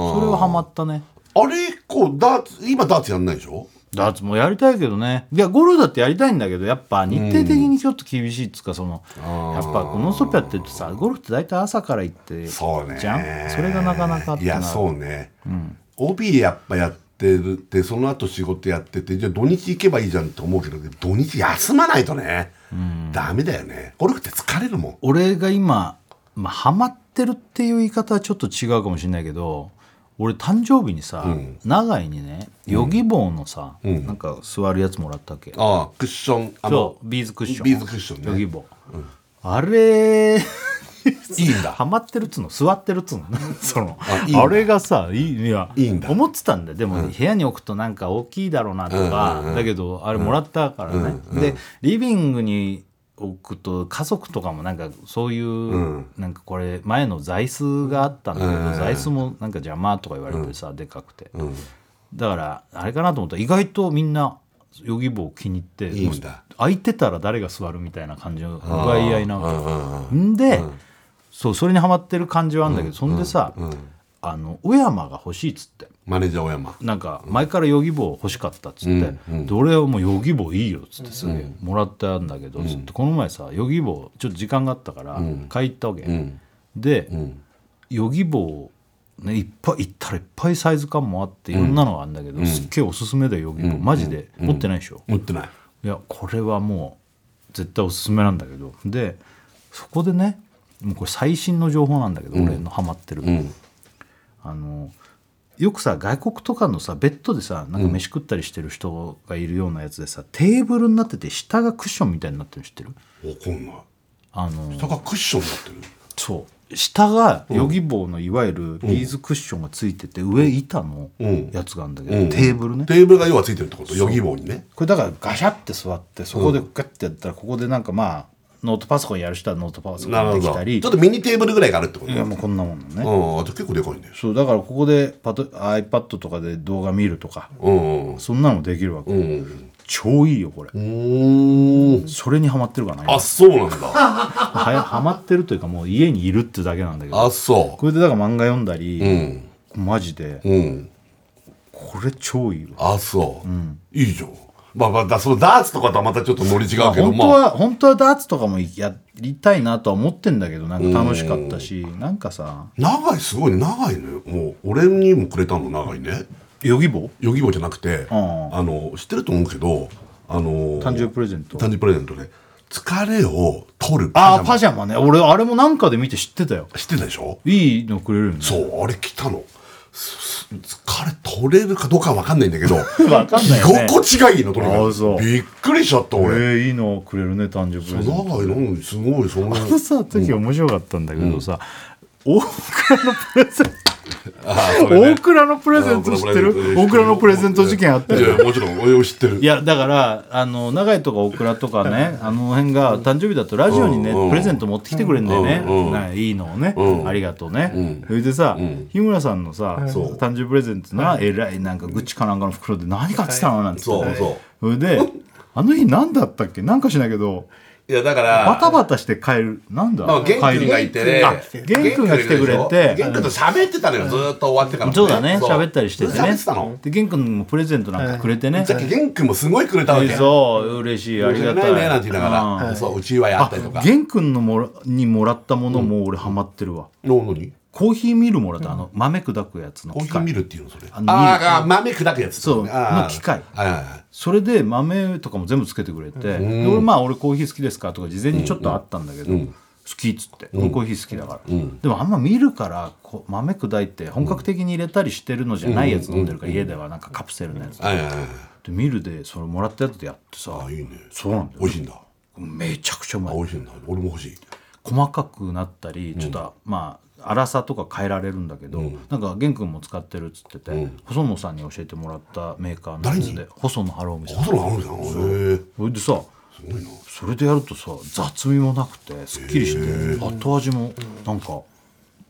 D: ー
C: それはハマったね。
D: あれ以降ダーツ今ダーツやんないでしょ
C: ダーツもやりたいけどね。いや、ゴルフだってやりたいんだけど、やっぱ日程的にちょっと厳しいっつうか、その、やっぱこのストップやってるとさ、ゴルフって大体朝から行って、
D: そうね
C: じゃんそれがなかなかって
D: いや
C: なる
D: そうね、OB やっぱやってっててその後仕事やっててじゃあ土日行けばいいじゃんって思うけど土日休まないとね、ダメだよねゴルフって疲れるもん
C: 俺が今、まあ、ハマってるっていう言い方はちょっと違うかもしれないけど俺誕生日にさ、長井にねヨギボーのさ、なんか座るやつもらったっけ、
D: ああクッションあの
C: そうビーズクッション
D: ビーズクッションね
C: ヨギボー、あれ
D: いいんだ
C: ハマってるっつうの座ってるっつうの その
D: あ
C: あ
D: いいんだ
C: れがさいいいや
D: いいんだ
C: 思ってたんだよでも、部屋に置くとなんか大きいだろうなとか、だけどあれもらったからね、でリビングに置くと家族とかもなんかそういう、なんかこれ前の座椅子があったんだけど、座椅子もなんか邪魔とか言われてさ、でかくて、だからあれかなと思ったら意外とみんなヨギボー気に入って
D: いいんだ
C: 空いてたら誰が座るみたいな感じの奪い合いなわけんで、そうそれにはまってる感じはあるんだけど、そんでさ、あの小山が欲しいっつって
D: マネージャー小山
C: なんか前からヨギボー欲しかったっつって「どれをもうヨギボーいいよ」っつってすげえもらったんだけど、つってこの前さヨギボーちょっと時間があったから買い行ったわけ、で、ヨギボー、ね、いっぱい行ったらいっぱいサイズ感もあっていろんなのがあるんだけど、すっげえおすすめだよヨギボー、マジで、持ってないでしょ、
D: 持ってない
C: いやこれはもう絶対おすすめなんだけどでそこでねもうこれ最新の情報なんだけど、俺のハマってる、あのよくさ外国とかのさベッドでさなんか飯食ったりしてる人がいるようなやつでさ、テーブルになってて下がクッションみたいになってるの知ってる
D: 怒んない
C: あの
D: 下がクッションになってる
C: そう下がヨギボーのいわゆるビーズクッションがついてて、上板のやつがあるんだけど、テーブルね
D: テーブルが要はついてるってことヨギ棒にね
C: これだからガシャって座ってそこでガッてやったらここでなんかまあノートパソコンやる人はノートパソコ
D: な
C: ン
D: るほ
C: で
D: ど
C: き
D: ち
C: た
D: ょっ
C: り
D: とミニテーブルぐらいがあるってこと
C: いやもうこんなもんのね、
D: うん、あと結構でかいんだよ。
C: そうだからここでパト iPad とかで動画見るとか
D: うんうん。
C: そんなのできるわけ、超いいよこれ、
D: うん。
C: それにはまってるかな今
D: あ、そうな んだ。
C: はやはまってるというかもう家にいるってだけなんだけど
D: あ、そ
C: これでだから漫画読んだり、
D: う。うん。
C: マジで
D: うん。
C: これ超いいわ
D: あ、そう。いいじゃん。まあまあ、だそのダーツとかとはまたちょっとノリ違うけど、
C: 本当
D: まあ。
C: は本当はダーツとかもやりたいなとは思ってんだけどなんか楽しかったしなんかさ
D: 長い、すごいね。長いね。もう、俺にもくれたの長いね。
C: ヨギボー
D: ヨギ棒じゃなくて、
C: ん
D: あの、知ってると思うけど、あの、
C: 誕生日プレゼント
D: 誕生日プレゼントね。疲れを取る
C: ああ
D: パ
C: パ
D: ジ
C: ジャマね俺あれもなんかで見て知ってたよ
D: ャマ知ってたでしょ
C: いいのくれるよね
D: そう、あれ来たの。すす疲れ取れるかどうかわかんないん だけど、
C: わかんないよね
D: 居心地がいいの、とにか
C: あそ
D: く。
C: う
D: びっくりしちゃった、
C: え
D: 俺。
C: ーいいのくれるね誕生日プレゼント
D: 長いの、すごい、そんな。
C: あのさ時面白かったんだけどさ、大倉のプレゼン
D: あ
C: ト、大倉のプレゼント知ってる大倉のプレゼント事件あった
D: い
C: よ
D: や、もちろん、俺を知ってる。
C: いやだからあの長井とか大倉とかねあの辺が誕生日だとラジオにね
D: うん
C: プレゼント持ってきてくれるんだよね
D: うん
C: ないいのをね
D: うん
C: ありがとうね
D: うん
C: それでさ日村さんのさ
D: そう
C: 誕生日プレゼントなえらいなんかグッチかなんかの袋で何買ってたのなんて言っ
D: そう
C: て
D: そ
C: それであの日何だったっけなんかしないけど
D: う。いや、だか
C: バタ
D: ら、
C: バタして帰るなんだ
D: まあ、玄
C: 帰
D: 君
C: り
D: がいてね
C: あ。玄君が来てくれて
D: 玄君と喋ってたのよ、ずーっと終わってからも、
C: そうだね喋ったりしてて
D: ずっと喋
C: ね
D: ってたの。
C: で玄君もプレゼントなんかくれてね
D: さっき玄君もすごいくれたわけ。
C: そう嬉しいありがた
D: ね、なん
C: い
D: て言いながら、そう、うちわやったりとか。
C: 玄君のもらにもらったものも俺ハマってるわ、
D: の、のに
C: コーヒーミルもらったあの豆砕くやつの
D: コー
C: 機
D: ヒー
C: 械
D: 見るっていうの、それ。
C: の
D: あーあー、豆砕くやつ。
C: そう
D: あー
C: の機械
D: はいはいはい。
C: それで豆とかも全部つけてくれて、で俺まあ俺コーヒー好きですかとか事前にちょっとあったんだけど、好きっつって、俺コーヒー好きだから、でもあんま見るからこう豆砕いて本格的に入れたりしてるのじゃないやつ飲んでるから、家ではなんかカプセルのやつ、
D: はいはいはい。
C: でミルでそれもらったやつでやってさ
D: あ、いいね。
C: そうなんだよ
D: 美味しいんだ。
C: めちゃくちゃうま
D: あ、
C: い
D: 美味しいんだ。俺も欲しい。
C: 細かくなったりちょっと、まあ粗さとか変えられるんだけど、なんか玄君も使ってるっつってて、細野さんに教えてもらったメーカーのやつ
D: 誰
C: で細野晴臣さん
D: 細野あるじゃん。へえ。
C: それでさそれでやるとさ雑味もなくてすっきりして後味もなんか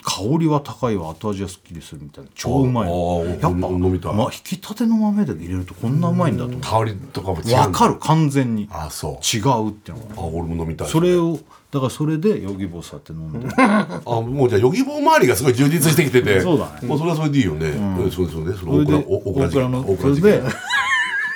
C: 香りは高いわ後味はすっきりするみたいな超うまいの
D: ああ
C: やっぱ、
D: 飲みたい
C: ま、引き立ての豆で入れるとこんなうまいんだと思
D: 香りとかも違う
C: うん
D: だ
C: 分かる完全に
D: あそう
C: 違うっていうのが
D: あ俺も飲みたい
C: それをだからそれでヨギボーさって飲んで
D: あもうじゃあヨギボー周りがすごい充実してきてて
C: そうだね
D: もうそれはそれでいいよね、うん、そうですよねその
C: それで
D: 大倉お大倉事件
C: の
D: 大
C: そ
D: 倉
C: れ
D: 事
C: で
D: 件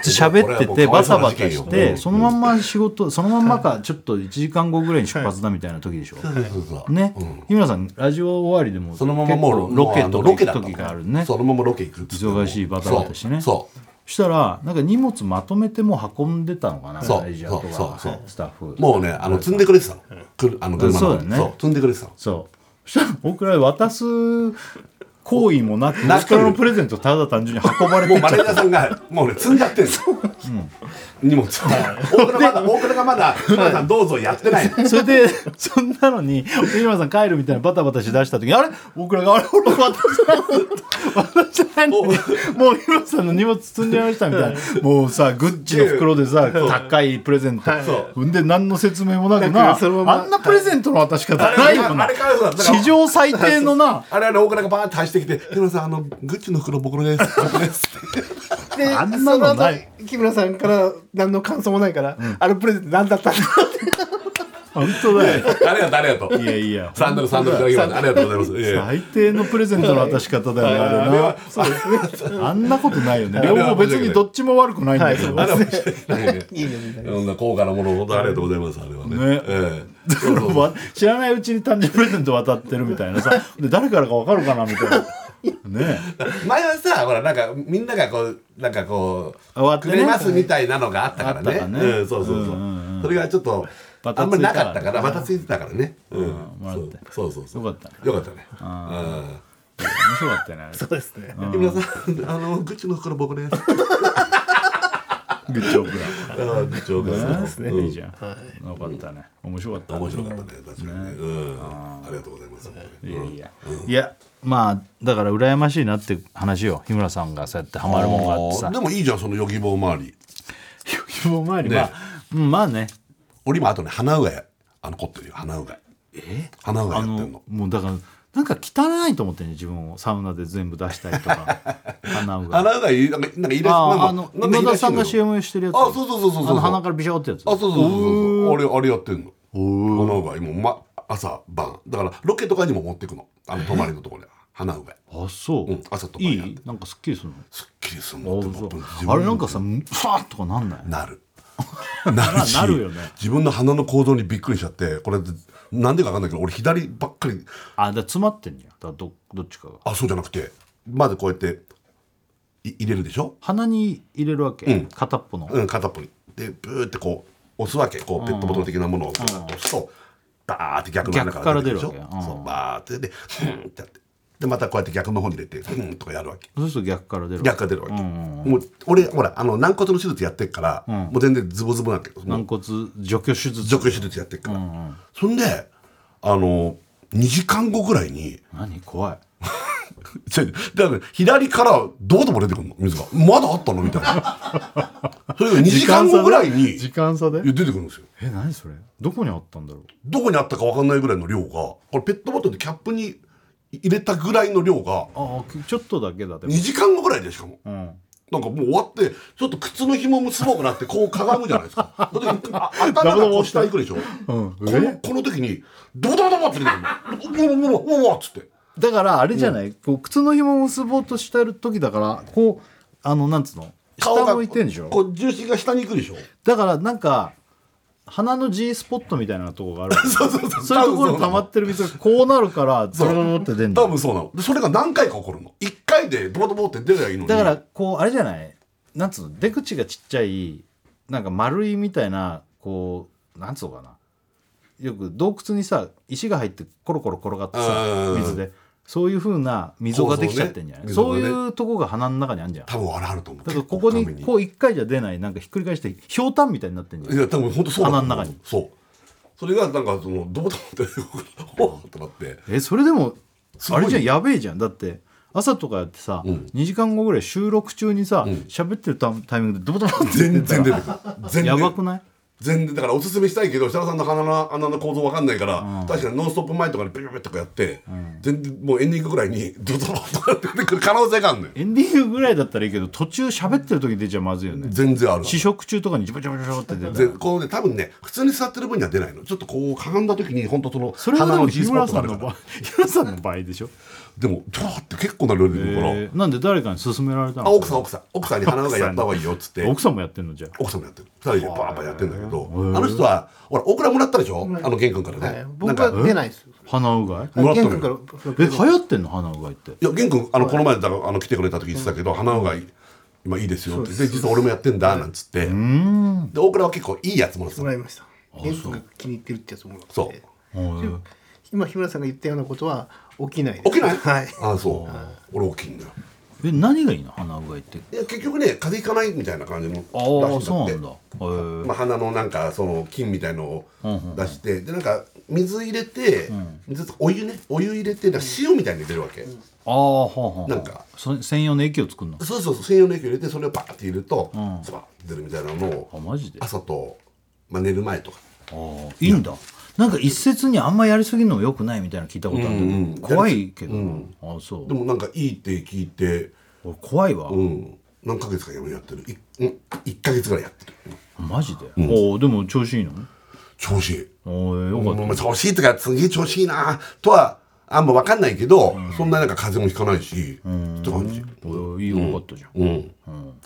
C: つ喋っててバタバタし
D: これはもう可哀想な事件
C: て
D: よ
C: そのまんま仕事そのまんまかちょっと1時間後ぐらいに出発だみたいな時でしょ
D: そうそうそう
C: ね
D: うん
C: 日村さんラジオ終わりでも
D: そのままも
C: 結構
D: う
C: ロケと
D: もう
C: か行く
D: だった
C: 時があるね
D: そのままロケ行くっつって
C: 忙しいバタバタしてね
D: そうそう
C: したらなんか荷物まとめてもう運んでたのかな
D: そう
C: マネージャーと
D: そう
C: か
D: そうそう
C: スタッフ
D: もうねあの積んでくれてたの,、くるあの車の
C: そうだよね
D: 積んでくれてたの
C: そうそしたら僕ら渡す行為もなく
D: なく
C: 僕からのプレゼントただ単純に運ばれ
D: も
C: て
D: う
C: っちゃっ
D: マネ
C: た
D: ージャーさ んがもうね積んじゃってる荷物を大倉まだ大倉がまだ「皆さんどうぞ」やってない
C: それで そんなのに日村さん帰るみたいなバタバタしだした時あれ僕らがあれ俺渡して ないのにもう日村さんの荷物積んじゃいましたみたいなもうさグッチの袋でさ高いプレゼントほんで何の説明もなくな
E: なくそのまま
C: あんなプレゼントの渡し方
D: あれ
C: ないよ
D: あ
C: な
D: れかわいそうだったから
C: 史上最低の な
D: あれあれ大倉がバーッて走ってきて「皆さんあのグッチの袋僕のです僕です」って
E: で
C: あんなのない
E: その後木村さんから何の感想もないから、あのプレゼント何だったんだって
C: 本当だよ
D: ありがとうありがとう
C: いやいや
D: サンダルサンダルいただきますありがとうございますいやいや
C: 最低のプレゼントの渡し方だよねあれな
D: そうですね
C: あんなことないよね
D: あれ
C: 両
D: は
C: 方別にどっちも悪くないんだけど
D: あれは面白いね
E: いいねみたい
D: い
E: な
D: ろんな高価なものを本当ありがとうございますあれはね
C: ね
D: ええそうそうそう
C: わ知らないうちに誕生日プレゼント渡ってるみたいなさで誰からか分かるかなみたいなね
D: 前はさほらなんかみんながこうなんかこ
C: 終わっ
D: う
C: て
D: く
C: ね
D: れますみたいなのがあったから
C: あった
D: ね
C: からね
D: うんそうそうそう
C: うんうん
D: それがちょっと
C: バタ
D: あ
C: つ
D: ん
C: い
D: ま
C: た
D: り
C: から
D: なかったからまたついてたからねうん
C: もらって
D: そうそうそう
C: よかった
D: よかったね
C: 面白かったよねあれ
E: そうですね
D: うん木村さんあのグッチの袋 僕です
C: グッジョブ
D: ああグッチお母さんです
C: ラいいじゃんよかったね面白かった
D: 面白かったね確かにねうんありがとうございます
C: いやいやいやまあだから羨ましいなって話よ日村さんがそうやってハマるもんがあって
D: あ
C: さ
D: ーでもいいじゃんそのヨギボー周り
C: 希望周りまあ
D: ね
C: うんまあね
D: 俺今あとね鼻うがいあの凝ってるよ鼻うがい鼻うがい
C: あ
D: やってん
C: の
D: の
C: もうだからなんか汚いと思ってね自分をサウナで全部出したりと か鼻うが
D: 鼻うがいなんかなんかいら
C: あ
D: なん
C: あ
D: か
C: あの
D: なんかい
C: 今田
D: らっし
C: さ
D: ゃる
C: ん
D: の
C: が CM をしてるやつ
D: あそうそうそうそうそう
C: あの鼻からビショってやつ
D: あそうそうそうそうあれあれやってんの鼻うがいもう、ま、朝晩だからロケとかにも持ってくのあの泊まりのところで鼻うがい
C: あそう、
D: うん朝とか
C: い
D: にやって
C: いなんかすっきりするの
D: すっきりする
C: あ
D: のって
C: そう
D: もう自分
C: あれなんかさファーとかなんない
D: なる なるし
C: なるよね
D: 自分の鼻の構造にびっくりしちゃってこれなんでか分かんないけど俺左ばっかり
C: あだから詰まってんじゃんだからどどっちかが
D: あそうじゃなくてまずこうやってい入れるでしょ
C: 鼻に入れるわけ、片っぽの、
D: うん、片っぽに。で、ブーってこう、押すわけ。こう、ペットボトル的なものを、押すと、バーって逆の穴から出てくるでしょ。
C: 逆から出るわけうん
D: そう、バーって、で、ふーんってやって。で、またこうやって逆の方に入れて、ふーんとかやるわけ。
C: そうすると逆から出るわ
D: 逆
C: け
D: から出るわけ。もう、俺、ほら、あの、軟骨の手術やってっから、もう全然ズボズボなんだけど、も
C: 軟
D: う
C: 骨除去手術
D: 除去手術やってっから。そんで、あの、2時間後ぐらいに、
C: 何怖い
D: ちょだから左からどうでも出てくるの、水が。まだあったのみたいな。それが2時間後ぐらいに、
C: 時間差で
D: いや出てくるんですよ。
C: え何それどこにあったんだろう
D: どこにあったか分かんないぐらいの量がこれペットボトルでキャップに入れたぐらいの量が
C: ああちょっとだけだで
D: 2
C: も、
D: 時間後ぐらいでしかも
C: うん、
D: なんかもう終わってちょっと靴の紐結ぼうかなってこうかがむじゃないですかだってあ頭がこう下に行くでしょ、
C: ん
D: このこの時にドドドドって出てくるのうわうわうわうわっつって
C: だからあれじゃない、こう靴の紐を結ぼうとしてる時だからこうあのなんつうの下向いてんでしょ
D: こう重心が下に行くでしょ
C: だからなんか鼻の G スポットみたいなとこ があるそうそうそういうところに溜まってる水がこうなるからドロドロって出るんだ
D: 多分そうなのでそれが何回か起こるの1回でドボドボって出ればいいのに
C: だからこうあれじゃないなんつうの出口がちっちゃいなんか丸いみたいなこうなんつうのかなよく洞窟にさ石が入ってコロコロ転がってさ
D: うん
C: 水でそういうふうな溝ができちゃってんじゃないそ
D: 構造
C: う,、
D: ね溝がね
C: いうとこが鼻の中にあるんじゃん
D: 多分あるあると思う
C: だからここ
D: 結
C: に
D: 構
C: こう一回じゃ出ないなんかひっくり返してひょうたんみたいになってんじゃ
D: い
C: ん
D: や多分本当そうだと思
C: 鼻
D: う
C: の中に
D: そうそれがなんかそのドボドボって ほわってなって
C: えそれでも
D: すご
C: あ
D: い
C: れじゃんやべえじゃんだって朝とかやってさ、2時間後ぐらい収録中にさ喋ってるタイミングでドボドボって
D: 全然出てくる全然
C: やばくない
D: 全然だからおすすめしたいけど設楽さんの鼻の穴の構造わかんないから、確かに「ノンストップ!」前とかにピピピとかやって、全然もうエンディングぐらいにドドドドドってくる可能性があるのよ
C: エンディングぐらいだったらいいけど途中喋ってる時に出ちゃまずいよね
D: 全然ある
C: 試食中とかにジョバジョバジョバって出て
D: でこうね多分ね普通に座ってる分には出ないのちょっとこうかがんだ時に本当その
C: それはで
D: 鼻
C: も
D: の G
C: 日
D: スポ
C: 村
D: ット
C: さ
D: があ
C: んの
D: るか
C: 場合
D: ら
C: 日村さんの場合で しょ、
D: でもドロって結構な量出てくるから、
C: えーなんで誰かに勧められたの
D: あ奥さん奥さん奥さんに鼻のがやった方がいいよっつって
C: 奥さんもやってんのじゃあ
D: 奥さんもやってる2人でバーバーやってんだけどあの人はほらオクラもらったでしょあの玄君からね、
E: はい、
D: なん
E: 僕
D: か
E: は出ないですよ。
C: 鼻うがい
D: もらったの
E: 玄
D: よ
E: 君から
C: え流行ってんの鼻うがいって
D: いや玄君あのこの前だからあの来てくれた時言ってたけど鼻が今いいですよってで実は俺もやってんだなんつってで大倉は結構いいやつもらってた
E: もらいました。玄君が気に入ってるってやつもらって。
D: そう
E: で今日村さんが言ったようなことは起きないです。
D: 起きない
E: はい。
D: ああそう俺起きんだよ
C: え何がいいの鼻うがいって
D: いや結局ね風邪ひかないみたいな感じの
C: あ
D: ら
C: あ
D: し
C: そうな
D: くて
C: んだへえ
D: まあ、鼻のなんかその菌みたいのを出して、でなんか水入れて、水とお湯ねお湯入れてなんか塩みたいに入れるわけ、
C: ああはあはあ
D: なんか
C: そ専用の液を作るの
D: そうそうそう専用の液入れてそれをバーって入れると、
C: ん
D: スパッて出るみたいなの
C: あ
D: を
C: マジであ
D: 朝と、まあ、寝る前とか
C: あいいんだなんか一説にあんまやりすぎるのもよくないみたいなの聞いたことある
D: うんん
C: だけ
D: うん
C: ど怖いけどああそう
D: でもなんかいいって聞いて
C: 俺怖いわ
D: うん何ヶ月かやってるいうん1ヶ月ぐらいやってる
C: マジでおおでも調子いいの
D: 調子いい
C: おおよかった
D: まあ調子いいとかすげえ調子いいなとはあんま分かんないけど、そんななんか風邪もひかないし、って感じ
C: おーいいよかったじゃん、
D: うん、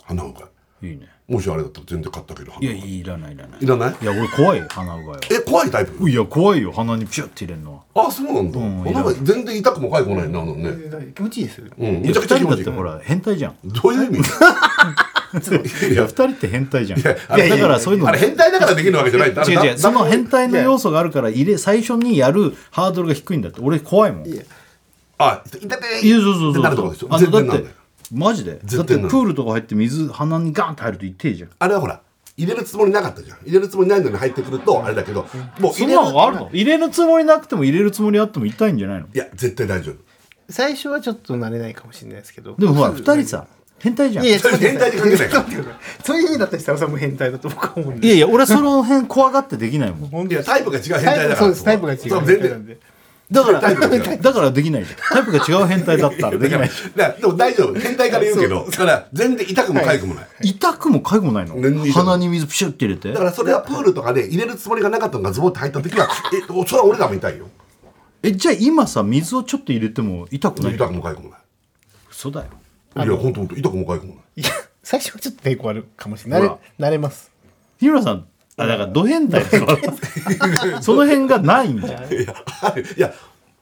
D: 鼻うが
C: いいね
D: いもしあれだったら全然買ったけ
C: い
D: ど鼻
C: や
D: うがい
C: いらないいらない
D: いらない
C: いや俺怖いよ鼻うがいは
D: え怖いタイプ
C: いや怖いよ鼻にピュッて入れるのは
D: あそうなんだ、
C: ん
D: お腹全然痛くもかゆくもないなあのね、
E: 気持ちいいですよ。
D: うん、
C: いや
D: めちゃ
C: 2
D: くちゃ気
C: 人だ
D: 持
C: っ
D: ちいい
C: てほら変態じゃん
D: どういう 意味いや
C: 2人って変態じゃんいや
D: あれ
C: だからそういうの
D: あれ変態だからできるわけじゃない
C: 違う違うその変
D: 態
C: 態の要素があるから入れ最初にやるハードルが低いんだって俺怖いもんいや
D: あ痛て痛て
C: そうそうそう
D: なるとこでしょ
C: あ
D: 全
C: の
D: 然
C: だ
D: な
C: っ
D: ん
C: て
D: だよ
C: マジでだっ
D: 絶
C: てプ
D: 対なんだよ
C: ールとか入って水鼻にガンって入ると痛いじゃん
D: あれはほら入れるつもりなかったじゃん入れるつもりないのに入ってくるとあれだけどもう
C: そ
D: 入
C: ん
D: れ
C: なのある
D: る
C: の入れるつもりなくても入れるつもりあっても痛いんじゃないの
D: いや絶対大丈夫
E: 最初はちょっと慣れないかもしれないですけど。
C: でもほら2人さ変態じゃん
E: いやいや、
D: それ変態に関係ないから
E: ちょっと待ってくださいそういう意味だったら設楽さんも変態だと僕は思うん
C: い
E: で。
C: やいや、俺はその辺怖がってできないもん。
D: いやタイプが違う変態だから
E: そうです、タイプが違う変
D: そう
E: 態
D: 全
E: なん
D: 然
E: で。
C: だから、
D: タイプが違う
C: だからできないじゃん。タイプが違う変態だったらできない し。
D: だからでも大丈夫変態から言うけどだから全然痛くも痒くもない
C: 痛くもかゆくもないの
D: 全然痛い
C: 鼻に水ピシュって入れて
D: だか。らそれはプールとかで入れるつもりがなかったのがズボンって入った時はえそれは俺らも痛いよ
C: え、じゃあ今さ、水をちょっと入れても痛くない
D: 痛くも痒くもな
C: 嘘だよ。
D: いいや本当本当痛くも痒くもない
E: いや、最初はちょっと抵抗あるかもしれない。慣
C: ほ
E: れ慣れます。
C: 日村さん、あ、だからド変 態だから。その辺がないんじゃん。
D: いや、いや、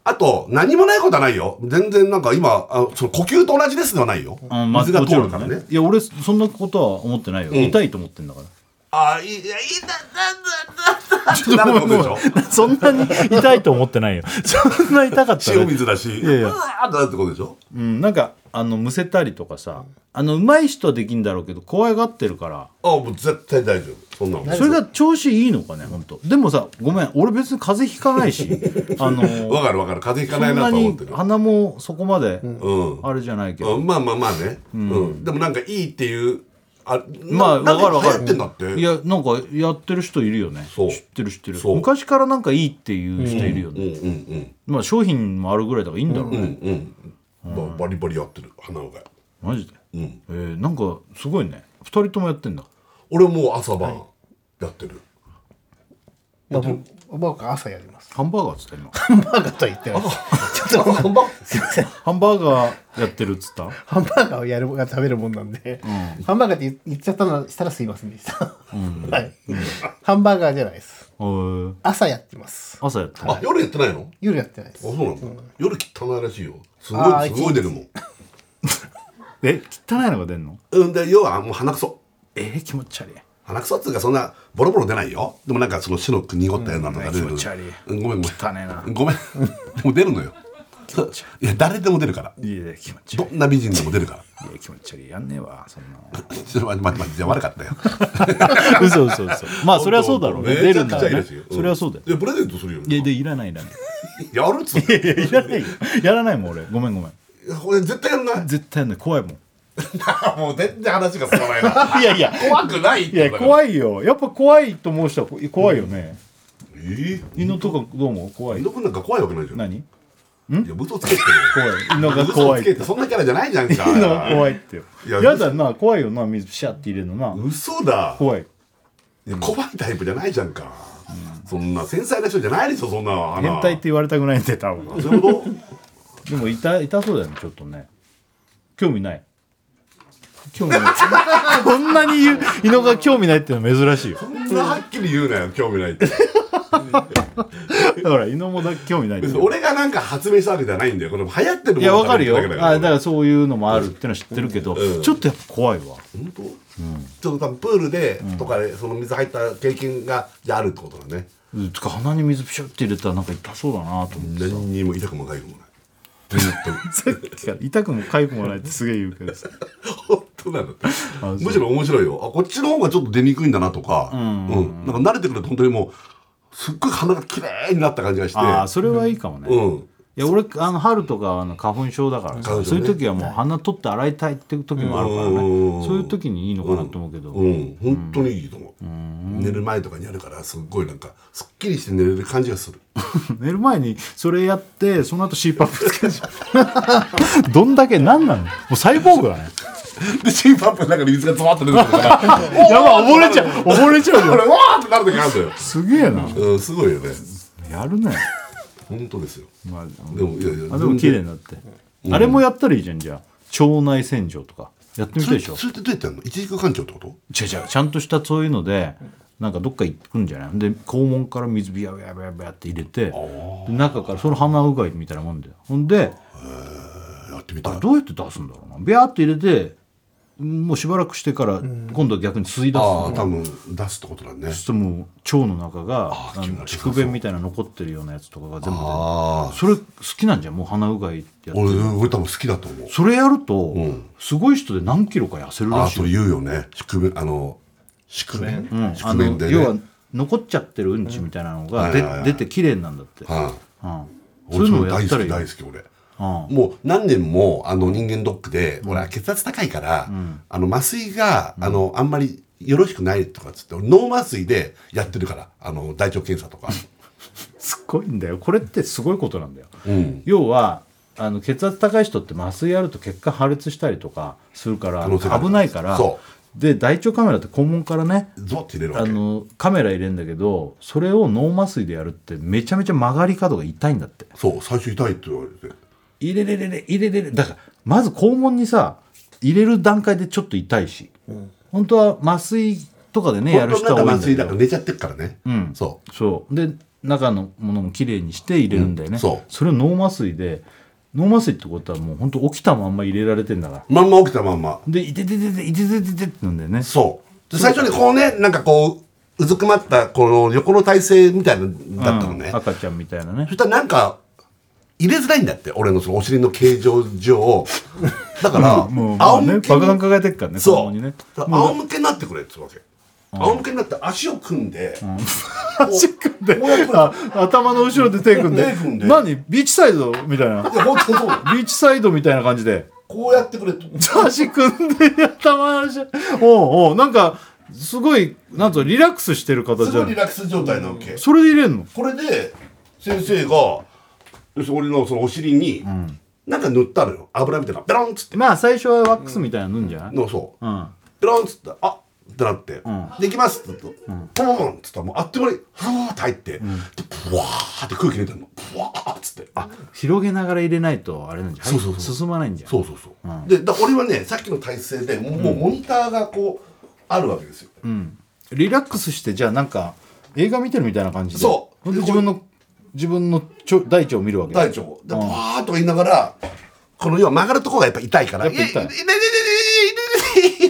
D: あと、何もないことはないよ。全然なんか今、あのその呼吸と同じですではないよ。
C: うんまあ
D: 水が通るか
C: も
D: ら
C: ちろん
D: ね。
C: いや、俺、そんなことは思ってないよ。痛いと思ってんだから。
D: ああ、いい、いや、いいんだ、なんだ、なんだ、ってなることでしょ。
C: そんなに痛いと思ってないよ。 そんな痛かったら
D: 塩水だし、
C: やいや
D: うわーってなるってことでしょ。
C: うん、なんかあのむせたりとかさあの上手い人はできんだろうけど怖がってるから
D: ああ、もう絶対大丈夫。そんなの。
C: それが調子いいのかね本当でもさごめん俺別に風邪ひかないしあの
D: わかるわかる。風邪ひかない
C: そんな
D: なとは思っ
C: に
D: てる。
C: 鼻もそこまで
D: うん。
C: あれじゃないけ
D: う
C: ど、
D: んまあまあまあね。うん。でもなんかいいっていう、あ、
C: まあ
D: な
C: わかるわか
D: 流行ってんだっ
C: る
D: て。
C: いやなんかやってる人いるよね
D: そう
C: 知ってる知ってる
D: そう
C: 昔からなんかいいっていう人いるよ
D: うん
C: ね、
D: うんうん。
C: まあ商品もあるぐらいだからいいんだろうね、
D: うんうん。ばバリバリやってる、鼻うがい。
C: マジで、
D: うん。
C: えーなんかすごいね2人ともやってんだ
D: 俺もう朝晩やってる。
E: まあ、僕は朝やります。
C: ハンバーガーっつった今
E: ハンバーガーとは言ってないです。ちょっと、
D: ハンバー
E: すいません。
C: ハンバーガーやってるっつった
E: ハンバーガーをやるが食べるもんなんで、ハンバーガーって言言っちゃったのしたらすいませんでした。はい、ハンバーガーじゃないです。
C: えー
E: 朝やってます。
C: 朝やってる
D: あ、夜やってないの
E: 夜やってないで
D: あ、
E: す
D: そ。うなんだ。夜汚いらしいよ。す
E: あ
D: ご
E: ー
D: い、すごい出るもん。
C: え汚いのが出んの
D: うん、で、要はもう鼻くそ。
C: えー、気持ち悪い
D: 鼻くそっつうか、そんな、ボロボロ出ないよ。でもなんか、その白く濁ったようなのが出
C: うん
D: る。
C: 気持ち悪い
D: うんごめん、ごめん。
C: 汚ねえな
D: ごめん。でも出るのよ。いや、誰でも出るから。
C: いや気持ち
D: ど
C: 悪
D: んな美人でも出るから。
C: いいや気持ち悪いやんねえわそんな
D: ちょっと待って、待って、待って、じゃあ悪かったよ。
C: 嘘嘘 嘘まあそれはそうだろうね
D: 本当
C: 出るんだ
D: めちゃ
C: ね
D: くちゃいいです
C: それはそうだよ
D: いや、プレゼントするよ。
C: いやでいらないい らない
D: やるっつって。
C: いやいらないよやらないもん俺ごめんごめん
D: これ絶対やんない。
C: 絶対やんない怖いもん
D: もう全然話が進まないな
C: いやいや
D: 怖くないって
C: いや
D: い
C: 怖いよやっぱ怖いと思う人はこ怖いよね
D: えー
C: 犬とかどうも怖
D: 伊
C: い
D: 野くんなんか怖いわけないじゃん
C: 何
D: いや嘘つけって
C: 怖い 犬が
D: 嘘
C: 怖い
D: つ
C: って
D: けってそんなキャラじゃないじゃんか
C: 犬が怖いってよ
D: いや
C: やだな怖いよな水ピシャって入れるのな
D: 嘘だ
C: 怖い
D: いや怖いタイプじゃないじゃんか、そんな繊細な人じゃないでしょそんなあ
C: 変
D: の
C: 態って言われたくないんで多分
D: そういうこ
C: でも痛痛そうだよねちょっとね興味ない興味ないこんなに言う犬が興味ないっていうのは珍しいよ
D: とそんなはっきり言うなよ興味 ないって
C: だから犬もだ興味ないんだ
D: 別
C: よ
D: に俺がなんか発明したわけじゃないんだよこれ流行ってるもの
C: いやわかるよ
D: だから
C: あだからそういうのもあるっていうのは知ってるけど、
D: うん
C: ちょっとやっぱ怖いわ
D: 本当、ちょっと多分プールでとかでその水入った経験がじゃああるってことだね
C: うんつか鼻に水ピシュって入れたらなんか痛そうだ なと思ってさ
D: 何にも痛くもないくもない
C: さっきから痛くも痒くもないってすげえ言うけどさ
D: 本当なの
C: そう
D: むしろ面白いよあこっちの方がちょっと出にくいんだなとか、うんなんか慣れてくると本当にもうすっごい鼻が綺麗になった感じがして
C: ああそれはいいかもね、
D: う
C: い
D: ん
C: や俺あの春とかあの花粉症だからさ、
D: 花粉症
C: そう
D: ね
C: いう時はもう鼻取って洗いたいっていう時もあるからね、
D: うん
C: そういう時にいいのかなと思うけど、
D: うん本当にいいと思う、寝る前とかにやるからすっごいなんかすっきりして寝れる感じがする
C: 寝る前にそれやってその後 CPAP つけるじゃん どんだけ何なのもうサイボーグだね
D: でシーパップの中に水がズワッと出てくるから
C: やばい溺れちゃう 溺れちゃう
D: これ
C: よ
D: わーってなる時あるんだよ、
C: すげえな
D: うん、すごいよね
C: やるね、
D: 本当ですよ
C: まあ、
D: でもいやいや
C: あでも綺麗になって、あれもやったらいいじゃんじゃあ腸内洗浄とかやってみ
D: そ
C: たい
D: れ
C: でしょ
D: それってどうやってやるの一軸環境ってこと
C: 違う違うちゃんとしたそういうのでなんかどっか行くんじゃないで肛門から水ビヤビヤビヤビヤって入れてで中からその鼻うがいみたいなもんだよほんで
D: やってみたい
C: どうやって出すんだろうなビヤーって入れてもうしばらくしてから今度は逆に吸い出す
D: ああ
C: の
D: 多分出すってことだね
C: そしてもう腸の中が
D: あー
C: あ
D: 気にな
C: の
D: る
C: 筑便みたいな残ってるようなやつとかが全部出る
D: ああ
C: それ好きなんじゃんもう鼻うがいってやって
D: 俺俺多分好きだと思う
C: それやるとすごい人で何キロか痩せる
D: あ
C: ら
D: あ
C: しい
D: と
C: よ
D: 言うよね宿便あの宿便
C: うんあ
D: 宿
C: の
D: 便でね
C: 要は残っちゃってるうんちみたいなのが
D: うんはいはいはい
C: で出て綺麗になるんだって
D: は
C: うん
D: い
C: そういうのを
D: 俺
C: や
D: 大
C: ったらい
D: 好き
C: いよ
D: 大好き俺
C: うん
D: もう何年もあの人間ドックで、俺は血圧高いから、あの麻酔が、あのあんまりよろしくないとかっつって俺脳麻酔でやってるからあの大腸検査とか
C: すごいんだよこれってすごいことなんだよ
D: うん
C: 要はあの血圧高い人って麻酔やると血管破裂したりとかするから
D: 可能性がある
C: 危ないから
D: そ
C: で大腸カメラって肛門からね
D: ゾッて入れるわ
C: あ
D: け
C: のカメラ入れるんだけどそれを脳麻酔でやるってめちゃめちゃ曲がり角が痛いんだって
D: そう最初痛いって言われて
C: 入れれれれ入れれれだからまず肛門にさ入れる段階でちょっと痛いし、本当は麻酔とかでねやる
D: 本
C: 人
D: 当
C: は
D: なん
C: 多
D: か
C: いん
D: 麻
C: だけ
D: 酔だから
C: ど
D: 寝ちゃってるからね、
C: ん
D: そ
C: そうで中のものもきれいにして入れるんだよね、
D: うんそう
C: れを脳麻酔で脳麻酔ってことはもう本当起きたまんま入れられてんだから
D: うまんま起きたまんま
C: でいてててていててててってなんだよね
D: そうで最初にこうねなんかこううずくまったこの横の体勢みたいなのだったのね、
C: うん赤ちゃんみたいな ね
D: そしたらなんか、入れづらいんだって、俺のそのお尻の形状上。だから、
C: もうもうね
D: に
C: 爆弾抱えてっからね
D: そう
C: 肛門にね
D: だから仰向けになってくれって言うわけ。仰向けになって足を組んで、足
C: 足組んで
D: こうやって
C: あ頭の後ろで手組んで
D: 手組んで
C: 何ビーチサイドみたいない
D: や本当にそうだよ
C: ビーチサイドみたいな感じで
D: こうやってくれと。
C: 足組んで頭のしおうおうなんかすごいなんとリラックスしてる形
D: す
C: じ
D: ご
C: ゃ
D: いリ
C: ん
D: ラックス状態なわけ。
C: それで入れんの
D: これで、先生が、要するに俺のそのお尻に、なんか塗ったのよ。油みたいな。ペロンっつって。
C: まあ最初はワックスみたいなのんじゃない、
D: のそう。
C: うん、
D: ペロンっつって、あってなって、できますって言うと、ポーンっつったら、もうあっという間に、ふわーって入って、で、ブワーって空気出てるの。ブワーっつって。あ、
C: 広げながら入れないとあれなんじゃん
D: そうそうそう
C: 進まないんじゃん
D: そうそうそう。で、だ俺はね、さっきの体勢でもう、もうモニターがこう、あるわけですよ。
C: リラックスしてじゃあなんか映画見てるみたいな感じで
D: そう
C: ほんで自分の自分のちょ大腸を見るわけ
D: 大腸を。で、ブワーっと言いながら、この要は曲がるところがやっぱ痛いから、
C: やっぱ痛い
D: いやい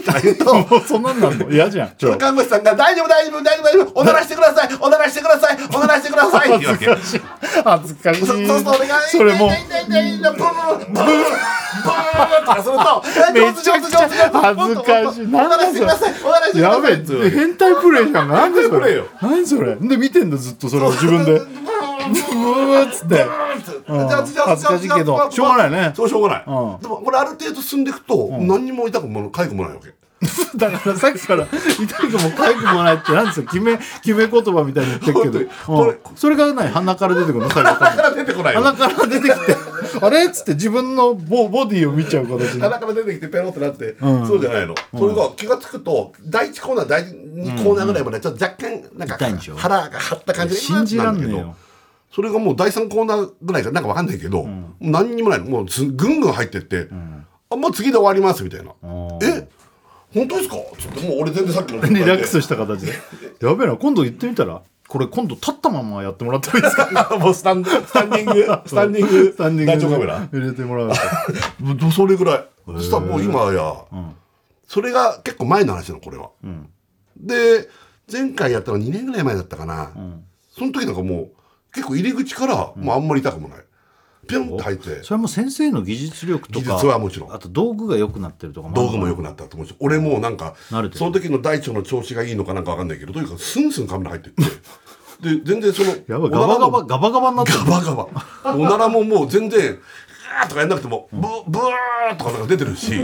D: やいやいやいやいやいやいやいやいやとか言うと、
C: もうそんなんなんの嫌じゃん
D: その看護師さんが「大丈夫大丈夫大丈夫大丈夫おならしてくださいおならしてくださいおならしてください」って言うわけ。
C: 恥ずかしい
D: そうそうそうお願い
C: それもう
D: 痛い痛い痛い痛いブルブルブルブルブルとかするとえ上手上手上手上手
C: 恥ずかしい
D: もっとおならしてくださいおならしてくだ
C: や
D: さい
C: べえ変態プレイじゃん何でそ
D: 変態プレイ
C: れ
D: よ
C: 何それで見てんだずっとそれを自分で
D: ブルブルブル
C: ーっつって
D: じゃあじゃあ
C: 恥ずかしいけどしょうがないね
D: そうしょうがない、
C: うん
D: でもこれある程度進んでいくと、何にも痛くもかゆくもないわけ
C: だからさっきから痛くもかゆくもないってなんですよ決め決め言葉みたいに言ってるけど、
D: 本当
C: う
D: に
C: んそれがない鼻から出てくるの最後
D: 鼻から出てこないよ
C: 鼻から出てき てあれっつって自分のボボディを見ちゃう形に
D: 鼻から出てきてペロってなって、そうじゃないの、それが気が付くと第1コーナー第2コーナーぐらいまでちょっと若干なんか
C: 痛いんでしょ
D: 腹が張った感じで
C: 信じらんねえ
D: な
C: よ
D: だけどそれがもう第3コーナーぐらいかなんかわかんないけど、何にもないのもうずぐんぐん入ってって、あもう次で終わりますみたいな「え本当ですか?」つってもう俺全然さっきの
C: リラックス
D: し
C: した形でやべえな今度行ってみたらこれ今度立ったままやってもらってもいいです か
D: たもうスタンスタンディングスタンディング
C: スタンディング
D: 大腸カメラ
C: 入れてもらうと
D: もうそれぐらいそしたらもう今や、
C: ん
D: それが結構前の話なのこれは、で前回やったの2年ぐらい前だったかな、その時なんかもう結構入り口からもうあんまり痛くもない、ピョンって入って
C: それも先生の技術力とか
D: 技術はもちろん
C: あと道具が良くなってるとか
D: 道具も良
C: く
D: くなったと思うし俺もうなんか
C: 慣れてる
D: その時の大腸の調子がいいのかなんかわかんないけどとにかくスンスンカメラ入ってってで全然その
C: やばい
D: おな
C: ガ
D: ら
C: バ
D: も
C: ガバガバガバになってる
D: ガバガバおならももう全然あーとかやんなくてもブーブーとかなんか出てるし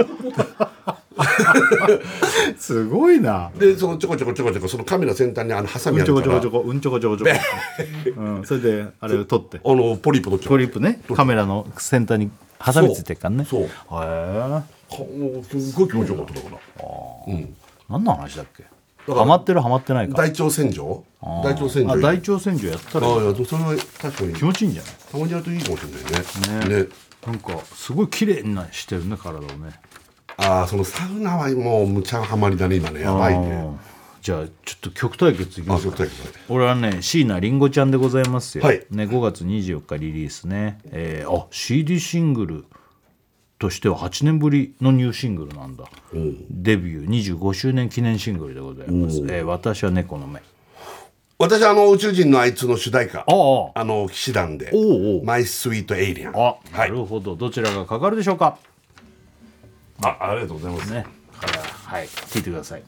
C: すごいな
D: でそのちょこちょこちょこちょこそのカメラ先端にあのハサ
C: う
D: ミ
C: ん
D: あ
C: ちょ
D: る
C: こ
D: か
C: ちょこ
D: ら
C: ちょこうんちょこちょこちょこ、うん、それであれを取って
D: あのポリープ取っちゃ
C: ト
D: う
C: リップねカメラの先端に挟みついてるからね
D: そう
C: へえ
D: かもうすごい気持ちよかっただから
C: 何の話だっけ
D: ら
C: ハマってるハマってないか
D: 大腸洗浄大腸洗浄
C: あ
D: あ
C: 大腸洗浄やったら
D: あいやでもそれは確かに
C: 気持ちいいんじゃない
D: たまにやるといいかもしれないねね
C: なんかすごい綺麗になしてるね体をね
D: ああそのサウナはもうむちゃハマりだね今ねやばいね
C: あーじゃあちょっと曲対決いき
D: あ
C: ま
D: あ
C: す
D: そう
C: か
D: いうことですね
C: 俺はね椎名林檎ちゃんでございますよ、
D: はい
C: ね、5月24日リリースね、えーあ CD シングルとしては8年ぶりのニューシングルなんだデビュー25周年記念シングルでございます「えー私は猫の目」
D: 私あの宇宙人のあいつの主題歌
C: ああ
D: あの騎士団で
C: おうおう
D: マイスイートエイリアン
C: あ、
D: は
C: ないるほどどちらがかかるでしょうか
D: あありがとうございます
C: ねはい聞いてください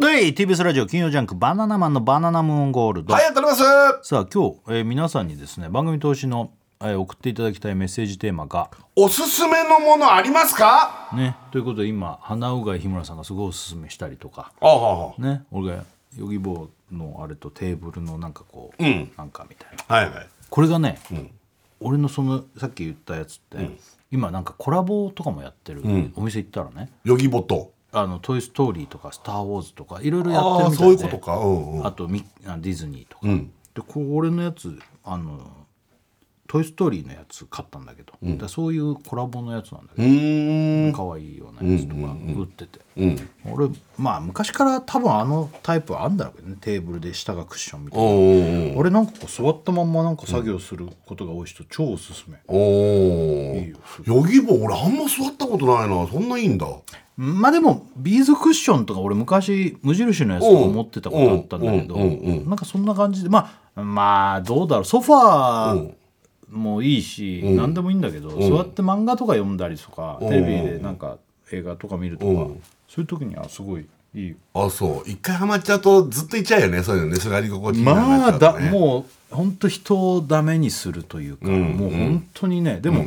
C: はい、TBS ラジオ金曜ジャンク「バナナマンのバナナムーンゴールド」
D: はいやっております
C: さあ今日、えー皆さんにですね番組投資の、えー送っていただきたいメッセージテーマが
D: おすすめのものありますか
C: ねということで今花うがい日村さんがすごいおすすめしたりとか
D: ああ
C: ね俺がヨギボーのあれとテーブルのなんかこう、
D: うん
C: なんかみたいな
D: はいはい
C: これがね、俺のそのさっき言ったやつって、今なんかコラボとかもやってる、お店行ったらね
D: ヨギボと
C: 「あのトイ・ストーリー」とか「スター・ウォーズ」とかいろいろやって
D: あ
C: る
D: あ
C: みた
D: そう
C: い
D: いう
C: で
D: ことかうんうん
C: あとミあディズニーとか、
D: うん
C: でこう俺のやつあの「トイ・ストーリー」のやつ買ったんだけど、だからそういうコラボのやつなんだけ
D: うーん
C: ど、可愛いようなやつとか売ってて、俺まあ昔から多分あのタイプはあんだろうけどねテーブルで下がクッションみたいな、
D: お
C: 俺なんかこう座ったまんまなんか作業することが多い人超おすすめ、
D: おお
C: いい
D: ー
C: よ
D: ヨギボ俺あんま座ったことないなそんないいんだ
C: まあでもビーズクッションとか俺昔無印のやつとか持ってたことあったんだけど
D: うんうんうん
C: なんかそんな感じでまあまあどうだろうソファーもいいし何でもいいんだけどそうやって漫画とか読んだりとかテレビでなんか映画とか見るとかそういう時にはすごいいい
D: あそう一回ハマっちゃうとずっといっちゃうよねそういうのね座り心地いいな
C: まあ
D: なんか
C: だ
D: ね
C: もう本当人をダメにするというか、もう本当にねでも、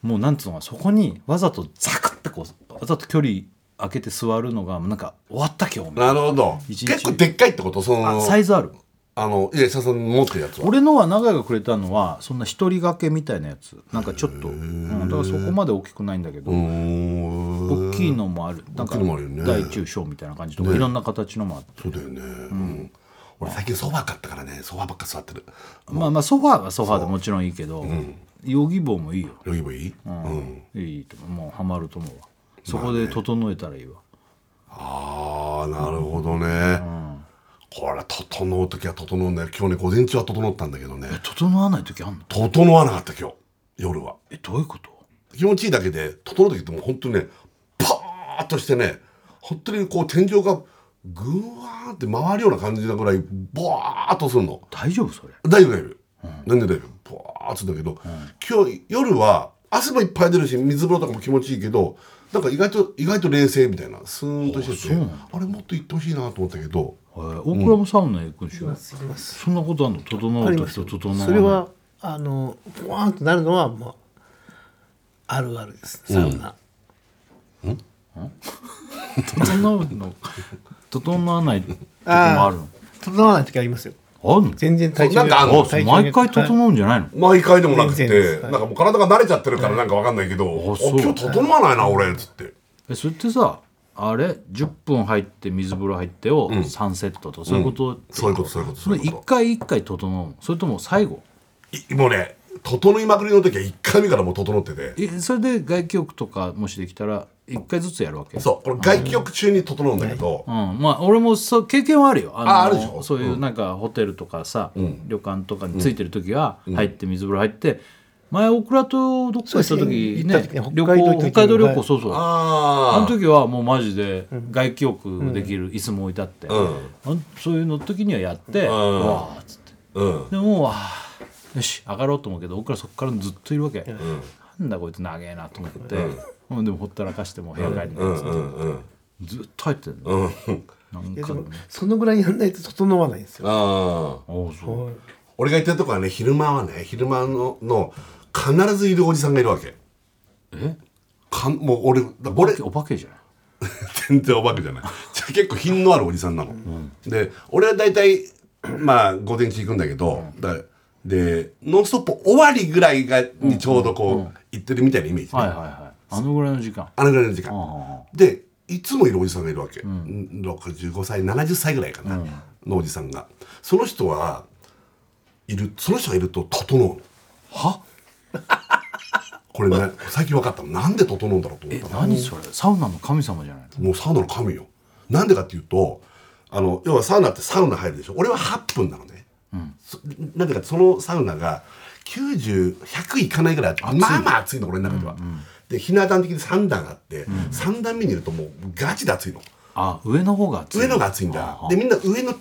C: もうなんつうのかなそこにわざとザクってこうわざと距離空けて座るのがなんか終わった今日みたい
D: なるほど
C: 一日
D: 結構でっかいってことそ
C: な
D: の
C: あサイズある
D: あのいやささん持ってるやつは
C: 俺のは長井がくれたのはそんな一人掛けみたいなやつなんかちょっと、うん、だからそこまで大きくないんだけど、
D: うーん
C: 大きいのもあるなんか
D: 大きいのもあるよね
C: 大中小みたいな感じとか、いろんな形のもあって
D: そうだよね、うん俺最近ソファー買ったからねソファーばっか座ってる
C: まあまあソファーはソファーでもちろんいいけど、ヨギボーもいいよ
D: ヨギボいい、うん
C: いいと思うもうハマると思うわそこで整えたらいいわ、
D: ああなるほどね、これ整う時は整うんだよ今日ね午前中は整ったんだけどね
C: 整わない時あんの
D: 整わなかった今日夜は
C: えどういうこと
D: 気持ちいいだけで整う時ってもう本当にねパーッとしてね本当にこう天井がぐわーって回るような感じなぐらいボワーっとするの
C: 大丈夫それ
D: 大丈夫大丈夫、なんで大丈夫ボワーっとするんだけど、今日夜は汗もいっぱい出るし水風呂とかも気持ちいいけどなんか意外と意外と冷静みたいなスーンとしててあれもっといってほしいなと思ったけど
C: あえー大倉もサウナ行くんでしょ、
E: ますいます
C: そんなことあるの整
E: あ
C: う
E: り
C: と
E: ま
C: き
E: す
C: と
E: よ
C: 整わない
E: それはあのボワーンとなるのはまああるあるですねサウナ、
C: 整うの整わないとこもあるの
E: 整わない時ありますよ
C: あるの
E: 全然体調
D: なんかあんの
C: あそう毎回
E: う
C: 整うんじゃないの、
D: 毎回でもなく
E: 全然で
D: て
E: す
D: なん
E: はい
D: かもう体が慣れちゃってるからなんかわかんないけど
C: あ
D: お
C: そう
D: 今日整わないな俺っつって
C: えそれってさあれ10分入って水風呂入ってを3セットと、そういうこと、
D: そういうことそういうこと
C: そ
D: そ
C: れ
D: ういう
C: 一
D: こ
C: 回一回整うのそれとも最後
D: といもうね整いまくりの時は1回目からもう整ってて
C: えそれで外気浴とかもしできたら一回ずつやるわけ
D: そうこれ外気浴中に整うんだけど
C: うん、まあ俺もそう経験はあるよあ
D: ああるでしょ
C: そういうなんかホテルとかさ、旅館とかについてる時は入って水風呂入って前オクラとどっか行った
E: そうです
C: 時
E: 行
C: ね
E: った時ね
C: 旅
E: 北海道行っ
C: 行
E: た時
C: 北
E: に
C: 海道旅
E: は
C: 行
E: い
C: そうそうあの
D: あ
C: 時はもうマジで外気浴できる椅子も置いてあって、
D: ん
C: あんそういうの時にはやって、
D: ん
C: わーっつって
D: あうん
C: でもうあーよし上がろうと思うけど僕らそこからずっといるわけ、なんだこいつ長えなと思って、うん、でもほったらかしてもう部屋帰りに、
D: うんうんうん
C: ずっと入ってんの、
D: うん
C: なん
E: で
C: か
E: もそのぐらいやんないと整わないんですよ
D: ああ
C: おうそう
D: 俺が行ってるとこはね昼間はね昼間のの必ずいるおじさんがいるわけ
C: え
D: かんもう俺だ
C: お
D: 俺
C: 化けお化けじゃない
D: 全然お化けじゃないじゃあ結構品のあるおじさんなの、で俺は大体まあ午前中行くんだけど、だで「ノンストップ!」終わりぐらいがにちょうどこう、行ってるみたいなイメージ、ね
C: はいはいはいあのぐらいの時間
D: あのぐらいの時間、
C: あ
D: でいつもいるおじさんがいるわけ、65歳70歳ぐらいかな、のおじさんがその人はいるその人がいると整うのは これね最近分かったのなんで整うんだろうと思ったの
C: 何それサウナの神様じゃない
D: もうサウナの神よなんでかっていうとあの要はサウナってサウナ入るでしょ俺は8分なのね、そなんでかってそのサウナが90100いかないぐらいあってまあまあ暑いの俺の中では、でひな壇的に3段あって、3段目にいるともうガチで暑いの
C: あ上の方が熱い
D: 上のが暑いんだでみんな上の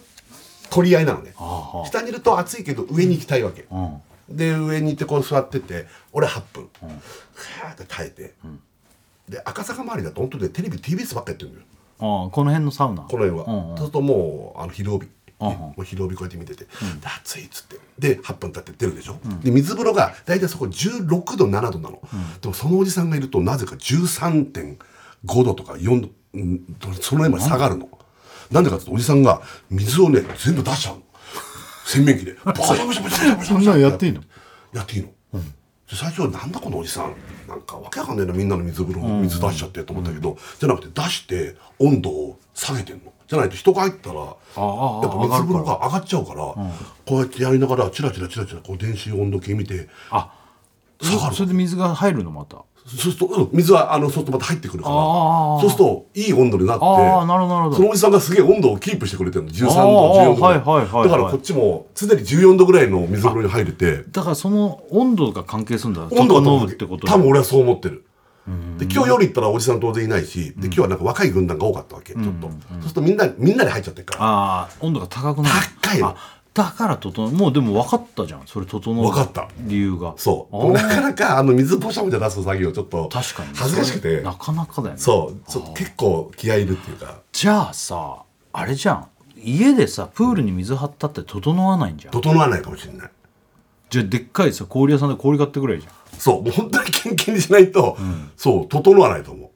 D: 取り合いなのね
C: あ
D: 下にいると暑いけど上に行きたいわけ、
C: うん
D: で上に行ってこう座ってて俺8分ふわ、ーって耐えて、で赤坂周りだと本当でテレビ TBS ばっかやってるのよ
C: ああこの辺のサウナ
D: この辺は、
C: うんうん
D: そうするともうあの昼帯、
C: うんうん
D: もう昼帯こうやって見てて、で暑いっつってで8分経って出るでしょ、で水風呂が大体そこ16度7度なの、でもそのおじさんがいるとなぜか13.5度とか4度、うん、その辺まで下がるのなんでかっていうとおじさんが水をね全部出しちゃうの洗面器でボシャボシャボシャボシャボシャ
C: そんなのやっていいの
D: やっていいの、で最初はなんだこのおじさんなんかわけわかんないなみんなの水風呂水出しちゃってと思ったけど、じゃなくて出して温度を下げてんのじゃないと人が入ったらや
C: あ
D: っぱ水風呂が上がっちゃうからこうやってやりながらチラチラチラチラこう電子温度計見て
C: あ
D: 下がる
C: それで水が入るのまた
D: そうすると、うん水はあのそうするとまた入ってくるから
C: あー
D: そうするといい温度になって
C: あーなるほどなるほど
D: そのおじさんがすげえ温度をキープしてくれてるの13度
C: あー
D: 14度ぐらい
C: はいはいはいはい
D: だからこっちも常に14度ぐらいの水風呂に入れて
C: だからその温度が関係するんだ
D: 温度が
C: 整
D: 高
C: う
D: く
C: ってこと
D: 多分俺はそう思ってるで今日夜行ったらおじさん当然いないしで今日はなんか若い軍団が多かったわけちょっとそうするとみんなみんなで入っちゃってるから
C: ああ温度が高くなる
D: 高いの
C: あだから整うもうでも分かったじゃんそれ整う
D: 分かった
C: 理由が
D: そうなかなかあの水ポシャポシャ出す作業ちょっと
C: 確かに
D: 恥ずかしくて
C: なかなかだよね
D: そうちょっと結構気合いいるっていうか
C: じゃあさあれじゃん家でさプールに水張ったって整わないんじゃん
D: 整わないかもしれない
C: じゃあでっかいさ氷屋さんで氷買ってくれじゃん
D: そうもう本当にキンキンにしないとそう整わないと思う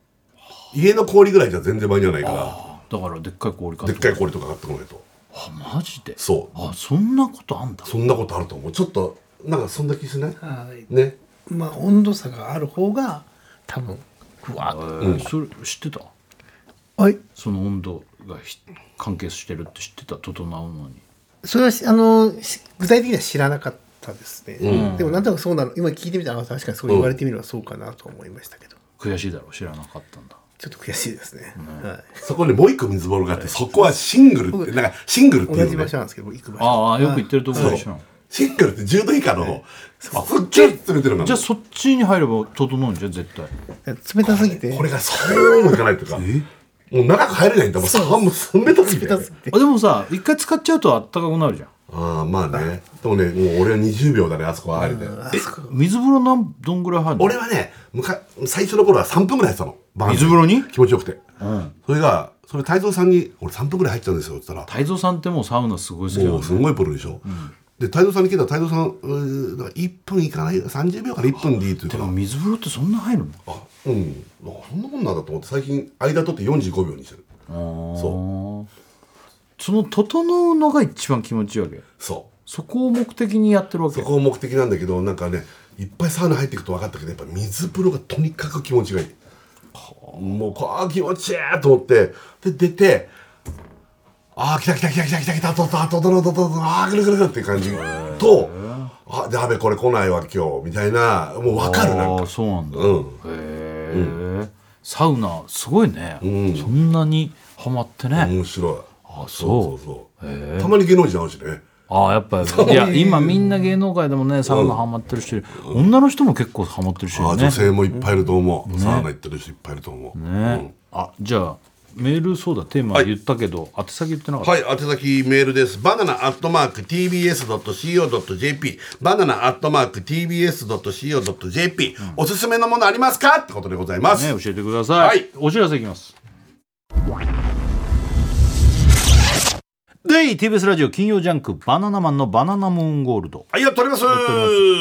D: 家の氷ぐらいじゃ全然間に合わないか
C: だからでっかい氷
D: ら
C: 買
D: で
C: っ
D: ってかい
C: れ
D: 氷とか買ってこないと
C: あマジで
D: そう
C: あそんなことあんだ
D: そんなことあると思うちょっとなんかそんな気しない
E: はい
D: ね
E: まあ温度差がある方が多分ふわっと
C: えーそれ知ってた
E: はい
C: その温度がひ関係してるって知ってた整うのに
E: それはしあのし具体的には知らなかったですね、でもなんとなくそうなの今聞いてみたらあ確かにそう言われてみればそうかなと思いましたけど、
C: 悔しいだろ知らなかったんだ
E: ちょっと悔しいですね、はい
D: そこにもう一個水風呂があって、そこはシングルって、なんかシングルってい
E: 同
D: う
E: じ
D: の
E: 場
D: ね
E: 所。なんですけど僕行く場所
C: ああよく言ってるところでし
D: そう
C: ょ
D: シングルって10度以下の、あすっげえ冷めてるの
C: じゃあそっちに入れば整うんじゃん絶対
E: 冷たすぎて
D: これがそうもいかないとか。もう長く入れないんだもん。寒も冷めたすぎて。
E: 冷たすぎて
C: あでもさ一回使っちゃうとあったかくなるじゃん
D: ああ、まあね。でもね、もう俺は20秒だね、あそこはあれで。
E: あそこ
C: 水風呂なんどんぐらい入るの
D: 俺はね、むか最初の頃は3分ぐらいやってたの。晩餐
C: 水風呂に
D: 気持ちよくて。それが、それ太蔵さんに「俺3分ぐらい入っちゃうんですよ」って言ったら
C: 太蔵さんってもうサウナすごい好きな
D: も
C: の
D: うすごいプロでしょ、で太蔵さんに聞いたら太蔵さんうーだから1分いかない30秒から1分でいいって
C: で
D: 言う
C: も
D: から
C: 水風呂ってそんな入るの
D: あうんあそんなもんなんだと思って最近間取って45秒にしてる
C: そその整うのが一番気持ちいいわけ
D: そう
C: そこを目的にやってるわけ
D: そこを目的なんだけどなんかねいっぱいサウナ入っていくと分かったけどやっぱ水風呂がとにかく気持ちがいいもうこう気持ちいいと思ってで出てああ来た来た来た来た来た来たとととととととああ来る来る来るっていう感じとあやべこれ来ないわ今日みたいなもう分かるなん
C: あ
D: か
C: あそうなんだ、
D: う
C: へ
D: ん
C: え、サウナすごいね、そんなにハマってね、
D: 面白い
C: あ
D: そ
C: そうう
D: そうそうたまに芸能人会うしね
C: ああやっぱいや今みんな芸能界でもねサウナハマってる人いる、女の人も結構ハマってる人い
D: ああ
C: るね
D: 女性もいっぱいいると思うサウナ行ってる人いっぱいいると思ううん
C: ね、あじゃあメールそうだテーマ言ったけど、宛先言ってなかった、
D: はい、宛先メールです。バナナアットマーク TBS.CO.JP。バナナアットマーク TBS.CO.JP。おすすめのものありますかってことでございます。
C: ね、教えてください、
D: はい
C: お知らせいきますで TBS ラジオ金曜ジャンク「バナナマンのバナナムーンゴールド
D: ありがとうございます」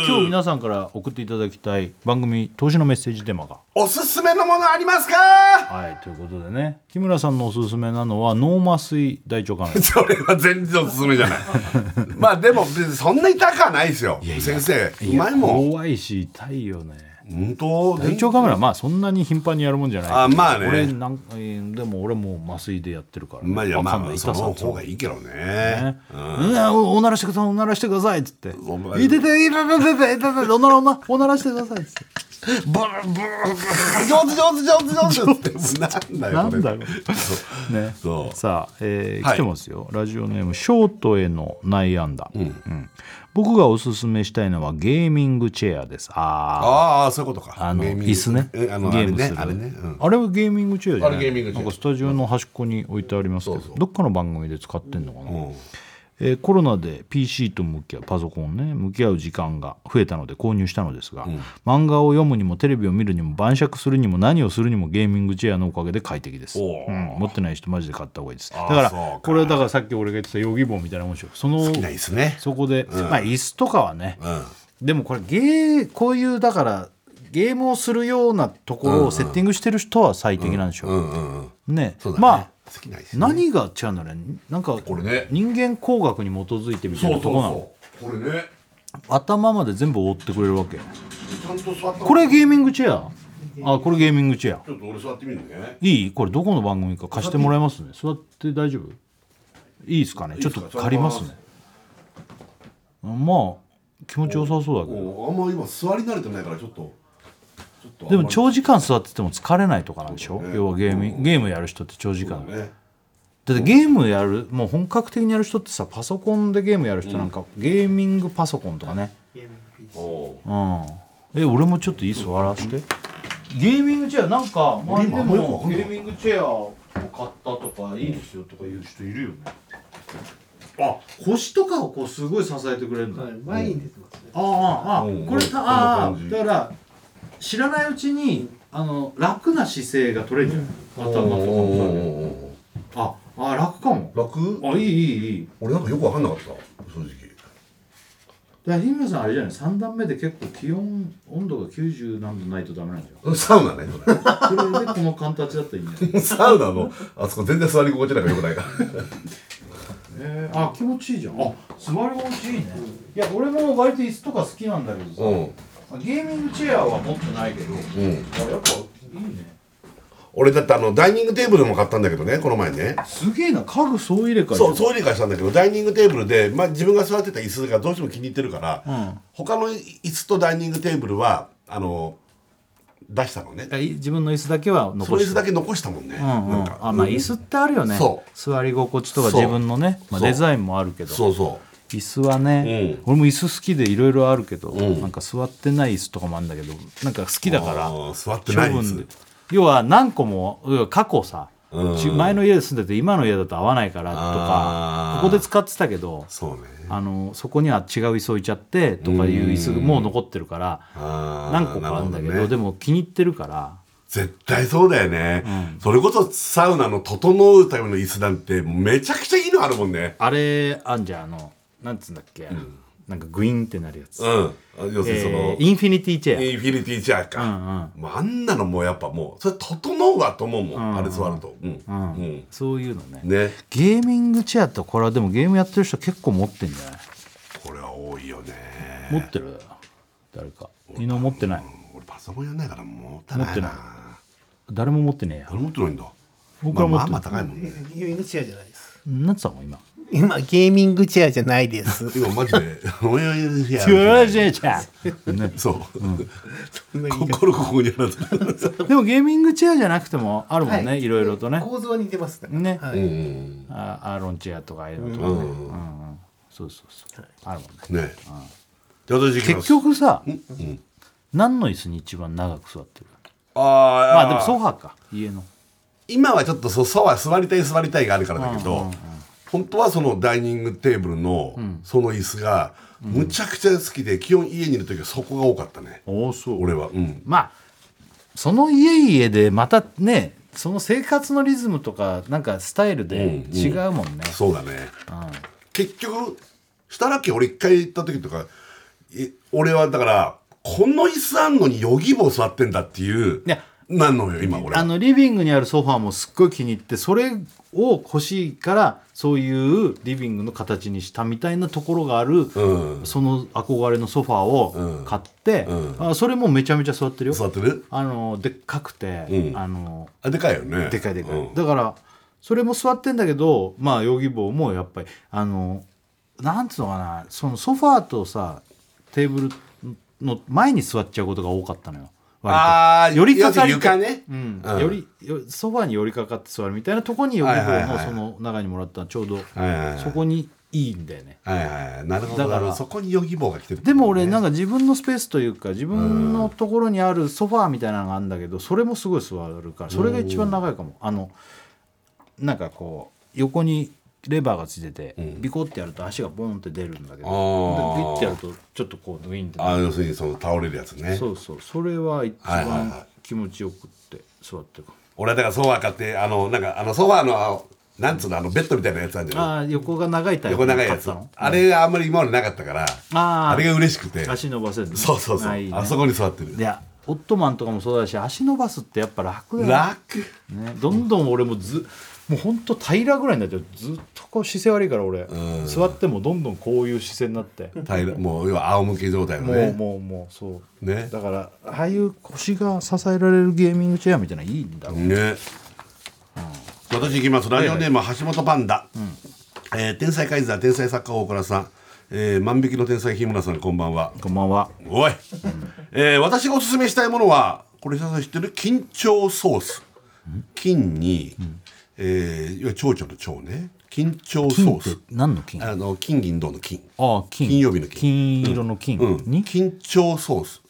C: 今日皆さんから送っていただきたい番組投資のメッセージテーマが
D: おすすめのものありますか
C: はいということでね木村さんのおすすめなのは脳麻酔大腸管
D: それは全然おすすめじ ゃない。まあでも、別にそんな痛くはないですよ。先生、う まいもん。
C: 怖いし痛いよね
D: 本当
C: 大腸カメラまあそんなに頻繁にやるもんじゃない
D: あまあね
C: 俺なんえーでも俺もう麻酔でやってるから、
D: まあいや、
C: わ
D: ま
C: かんない
D: あ、
C: 痛
D: そ
C: さ
D: の
C: と
D: 方がいいけどね
C: ね。うん、おおならしてくださいおならしてくださいっつって「いてていてててててておならおなおならしてください」っ つって
D: ブーブー上手上手上手上手って。なんだよ、
C: な
D: こ
C: ん
D: れ
C: だろうね
D: そう
C: さあ、えー
D: はい
C: 来てますよラジオネーム「ショートへの内安打」うん僕がおすすめしたいのはゲーミングチェアですああ
D: ああそういうことか
C: あの
D: ゲーミング
C: 椅子ね
D: えあの
C: ゲ
D: あ
C: ー
D: れ
C: ムす
D: ね
C: る
D: あれね、うん、
C: あれはゲーミングチェアじゃない
D: あれゲーミングチェア
C: なんかスタジオの端っこに置いてありますけど、
D: そうそう
C: どっかの番組で使ってんのかな、えーコロナで PC と向き合うパソコンね向き合う時間が増えたので購入したのですが、漫画を読むにもテレビを見るにも晩酌するにも何をするにもゲーミングチェアのおかげで快適です、
D: おー
C: うん持ってない人マジで買った方がいいですだ
D: あー
C: から
D: そうか
C: これだからさっき俺が言ってたヨギボーみたいなもんでしょその
D: 好きな椅子ね
C: そこで、まあ椅子とかはね、
D: うん
C: でもこれゲーこういうだからゲームをするようなところをセッティングしてる人は最適なんでしょう、
D: うんうんうん
C: ね
D: そうだね、
C: まあ
D: 好きな椅子、ね、
C: 何が違うんだろうねなんか
D: これね
C: 人間工学に基づいてみたい
D: そ
C: な
D: う
C: と
D: そう
C: こなの
D: そうこれね
C: 頭まで全部覆ってくれるわけ
D: ちゃんと座った
C: これゲーミングチェアあこれゲーミングチェア
D: ちょっと俺座ってみるね
C: いいこれどこの番組か貸してもらえますね座って大丈夫いいですかねちょっと借りますねまあ気持ちよさそうだけど
D: おあんま今座り慣れてないからちょっとちょっとあん
C: で
D: ま
C: も長時間座ってても疲れないとかなんでしょ、要はゲーム、ゲームやる人って長時間、
D: ね
C: だってゲームやるもう本格的にやる人ってさパソコンでゲームやる人なんか、ゲーミングパソコンとかね
D: おお
C: うんえ俺もちょっといい座らしてゲーミングチェアなんか周りで
D: 俺今あんまよくわ
C: も
D: かん
C: ゲ
D: ない
C: ーミングチェアを買ったとかいいですよとか言う人いるよねあ腰とかをこうすごい支えてくれるんだ、
E: はい前に出てますね
C: ああああ
D: うん
C: これ
D: こん
C: た
D: な
C: ああ
D: 感じ
C: だから知らないうちにあの楽な姿勢が取れるんじゃない頭とかもそうだけど
D: お
C: ああ楽かも
D: 楽
C: あいいいいいい
D: 俺なんかよく分かんなかった正直
C: だから日村さんあれじゃない3段目で結構気温温度が90何度ないとダメなんじゃ
D: うんサウナね
C: んそれでこの形だったらいいんじゃない
D: サウナのあそこ全然座り心地なんかよくないから
C: えー、あ気持ちいいじゃんあ座り心地いいねいや俺も割と椅子とか好きなんだけどさ、
D: うん
C: ゲーミングチェアは持ってないけど、あやっぱいいね
D: 俺だってあのダイニングテーブルも買ったんだけどねこの前ね
C: すげえな家具総入れ替え
D: そう総入れ替えしたんだけどダイニングテーブルで、まあ、自分が座ってた椅子がどうしても気に入ってるから、他の椅子とダイニングテーブルはあの出したのね
C: あい自分の椅子だけは
D: その
C: 残
D: 椅
C: し
D: 子
C: て
D: だけ残したもんね、
C: うんうん
D: なんか
C: あまあ椅子ってあるよね
D: そう
C: 座り心地とか
D: そう
C: 自分のね、まあ、
D: そう
C: デザインもあるけど
D: そうそ
C: 椅子はね、
D: うん
C: 俺も椅子好きでいろいろあるけど、
D: ん
C: なんか座ってない椅子とかもあるんだけどなんか好きだから
D: あー座ってない椅子
C: 要は何個も要は過去さ、
D: うん
C: ち前の家で住んでて今の家だと合わないからとか
D: あー
C: ここで使ってたけど
D: うそうね
C: あのそこには違う椅子置いちゃってとかいう椅子もう残ってるから
D: あー
C: 何個かあるんだけど
D: なるほね
C: でも気に入ってるから
D: 絶対そうだよね、それこそサウナの整うための椅子なんてめちゃくちゃいいのあるもんね
C: あれあんじゃんあのなんつうんだっけ、なんかグイーンってなるやつ、
D: うん要するにその、
C: えーインフィニティチェア
D: インフィニティチェアか、
C: う
D: もうあんなのもうやっぱもうそれ整うわと思うもん、
C: ん
D: あれ座るとうん、う
C: うん
D: ん
C: そういうのね
D: ね
C: ゲーミングチェアってこれはでもゲームやってる人結構持ってんじゃない
D: これは多いよね
C: 持ってる誰かみんな持ってない
D: 俺パソコンやんないから持たない
C: 持って
D: な
C: 誰も持ってねえや
D: あれ持ってないんだ
C: 僕は持っ
D: まあ
C: て
D: ま
C: な
D: あ
C: い
D: 高いもんね
E: ゲーミングチェアじゃないです
C: なつさんも今
E: 今ゲーミングチェアじゃないです
D: 今マジ で「おやおやいや
C: トゥージェチャー ね
D: そう、
E: そんなに
D: 心ここ にあなた
C: でもゲーミングチェアじゃなくてもあるもんね、、
E: はい
C: ろいろとね
E: 構造は似てますから
C: ね
E: は
D: う
E: い
D: ん
C: あアーロンチェアとかああいうのとかね、うんうんそうそうそう、あるもんね
D: ねじゃあ私行きま
C: 結
D: す
C: 局さ、何の椅子に一番長く座ってる
D: あー
C: ま
D: ま
C: あでもソファーか家の
D: 今はちょっとそうソファ座りたい座りたいがあるからだけど、本当はそのダイニングテーブルのその椅子がむちゃくちゃ好きで、基本家にいる時はそこが多かったね
C: おおそ
D: 俺はうん
C: まあその家々でまたねその生活のリズムとかなんかスタイルで違うもんね、
D: そうだね、結局したらけ俺一回行った時とかい俺はだからこの椅子あんのにヨギボー座ってんだっていう
C: いや
D: なんのよ今俺は
C: あのリビングにあるソファーもすっごい気に入ってそれを欲しいからそういうリビングの形にしたみたいなところがある、
D: うん
C: その憧れのソファーを買って、あそれもめちゃめちゃ座ってるよ
D: 座ってる
C: あのでっかくて、
D: うん
C: あの
D: あでかいよ ね
C: でかいでかい、
D: うん
C: だからそれも座ってんだけどまあヨギボーもやっぱりあのなんつうのかなそのソファーとさテーブルの前に座っちゃうことが多かったのよ割と
D: ああ
C: よりかかり
D: 床ね
C: うん
D: うん
C: よりよソファーに寄りかかって座るみたいなとこにヨギボ
D: はい
C: ー
D: はい
C: の
D: はい
C: その中にもらったのちょうど
D: はいはいはい
C: そこにいいんだよね
D: はいはいなるほど
C: だから
D: なるほどそこにヨギボーが来てる
C: でも俺なんか自分のスペースというか自分のところにあるソファーみたいなのがあるんだけどそれもすごい座るからそれが一番長いかもあのなんかこう横にレバーがついてて
D: ん
C: ビコってやると足がボンって出るんだけ
D: あ
C: ど
D: ー
C: でグイってやるとちょっとこうドゥインってな
D: あ
C: る
D: ー要するにその倒れるやつね
C: そうそうそれは一
D: はいはいはい
C: 番気持ちよくって座ってるかも
D: 俺はだからソファー買ってあのなんかあのソファーのあのなんつうのあのベッドみたいなやつあるんじゃない
C: ああ横が長いタイプ
D: 横
C: の
D: 長い
C: 買
D: や
C: っ
D: つ
C: たの
D: あれがあんまり今までなかったから
C: あー
D: あれが嬉しくて
C: 足伸ばせるの
D: そうそうそう
C: あ
D: あ
C: いいね
D: そこに座ってる
C: いやオットマンとかもそうだし足伸ばすってやっぱ楽だよね
D: 楽
C: ねどんどん俺もずもうほんと平らぐらいになっちゃうずっとこう姿勢悪いから俺
D: ん
C: 座ってもどんどんこういう姿勢になって
D: 平らもう要は仰向け状態の
C: もう
D: ね
C: もうもうそう
D: ね
C: だからああいう腰が支えられるゲーミングチェアみたいなのいいんだろう
D: ね私いきますラジオネームは橋本パンダ、えー天才カイザー天才作家大倉さん、えー万引きの天才日村さんこんばんは
C: こんばんは
D: おい、えー私がおすすめしたいものはこれ皆さん知ってる緊張ソース金に、えー、いわゆる蝶々の蝶ね緊張ソ
C: 金っ
D: ー
C: て
D: ス
C: 何の金あ
D: あの金銀銅の金
C: あ金
D: 金曜日の金
C: 金色の金
D: うん
C: に
D: 緊張ソース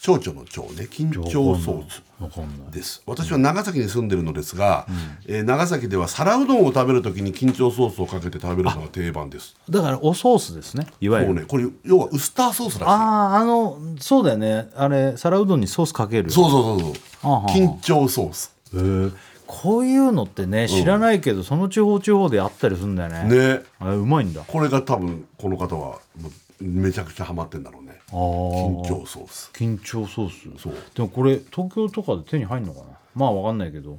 D: 蝶々の蝶ね緊張ソース
C: わかんない
D: です私は長崎に住んでるのですが、えー長崎では皿うどんを食べるときに緊張ソースをかけて食べるのが定番です
C: だからおソースですねいわゆ
D: もう
C: る
D: ねこれ要はウスターソースらしい
C: あああのそうだよねあれ皿うどんにソースかける
D: そうそうそうそ
C: あ
D: う
C: はあ
D: 緊張ソース
C: こういうのってね知らないけど、その地方地方であったりするんだよね
D: ね
C: あうまいんだあ
D: これが多分この方はもうめちゃくちゃハマってんだろうね
C: あー
D: 緊張ソース
C: 緊張ソース
D: そう
C: でもこれ東京とかで手に入るのかなまあわかんないけど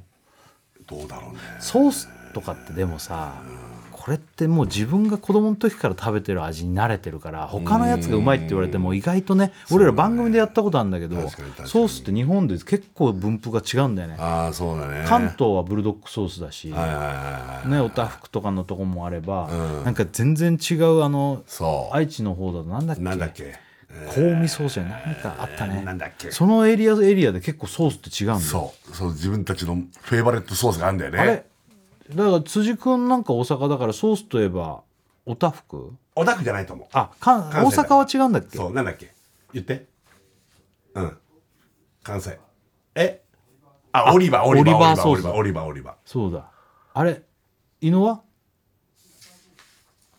D: どうだろうね
C: ソースとかってでもさこれってもう自分が子供の時から食べてる味に慣れてるから他のやつがうまいって言われても意外とね俺ら番組でやったことあるんだけど
D: 確かに確かに
C: ソースって日本で結構分布が違うんだよね
D: ああそうだね
C: 関東はブルドックソースだし、
D: はいはいはいはい
C: ね、おたふくとかのとこもあれば、なんか全然違うあの
D: そう
C: 愛知の方だとなんだっけ
D: なんだっけ
C: 香味ソースやなんかあったね、
D: なんだっけ
C: そのエリアエリアで結構ソースって違うんだよ
D: そうそう自分たちのフェイバレットソースがあるんだよね
C: あれだから辻君なんか大阪だからソースといえばおたふく
D: おだくじゃないと思う
C: あかん
D: 関
C: 大
D: 西だ
C: 阪は違うんだっけ
D: そうなんだっけ言ってうん関西えあオリバーオリバー
C: オリバーソース
D: オリバーオリバー
C: そうだあれ井野は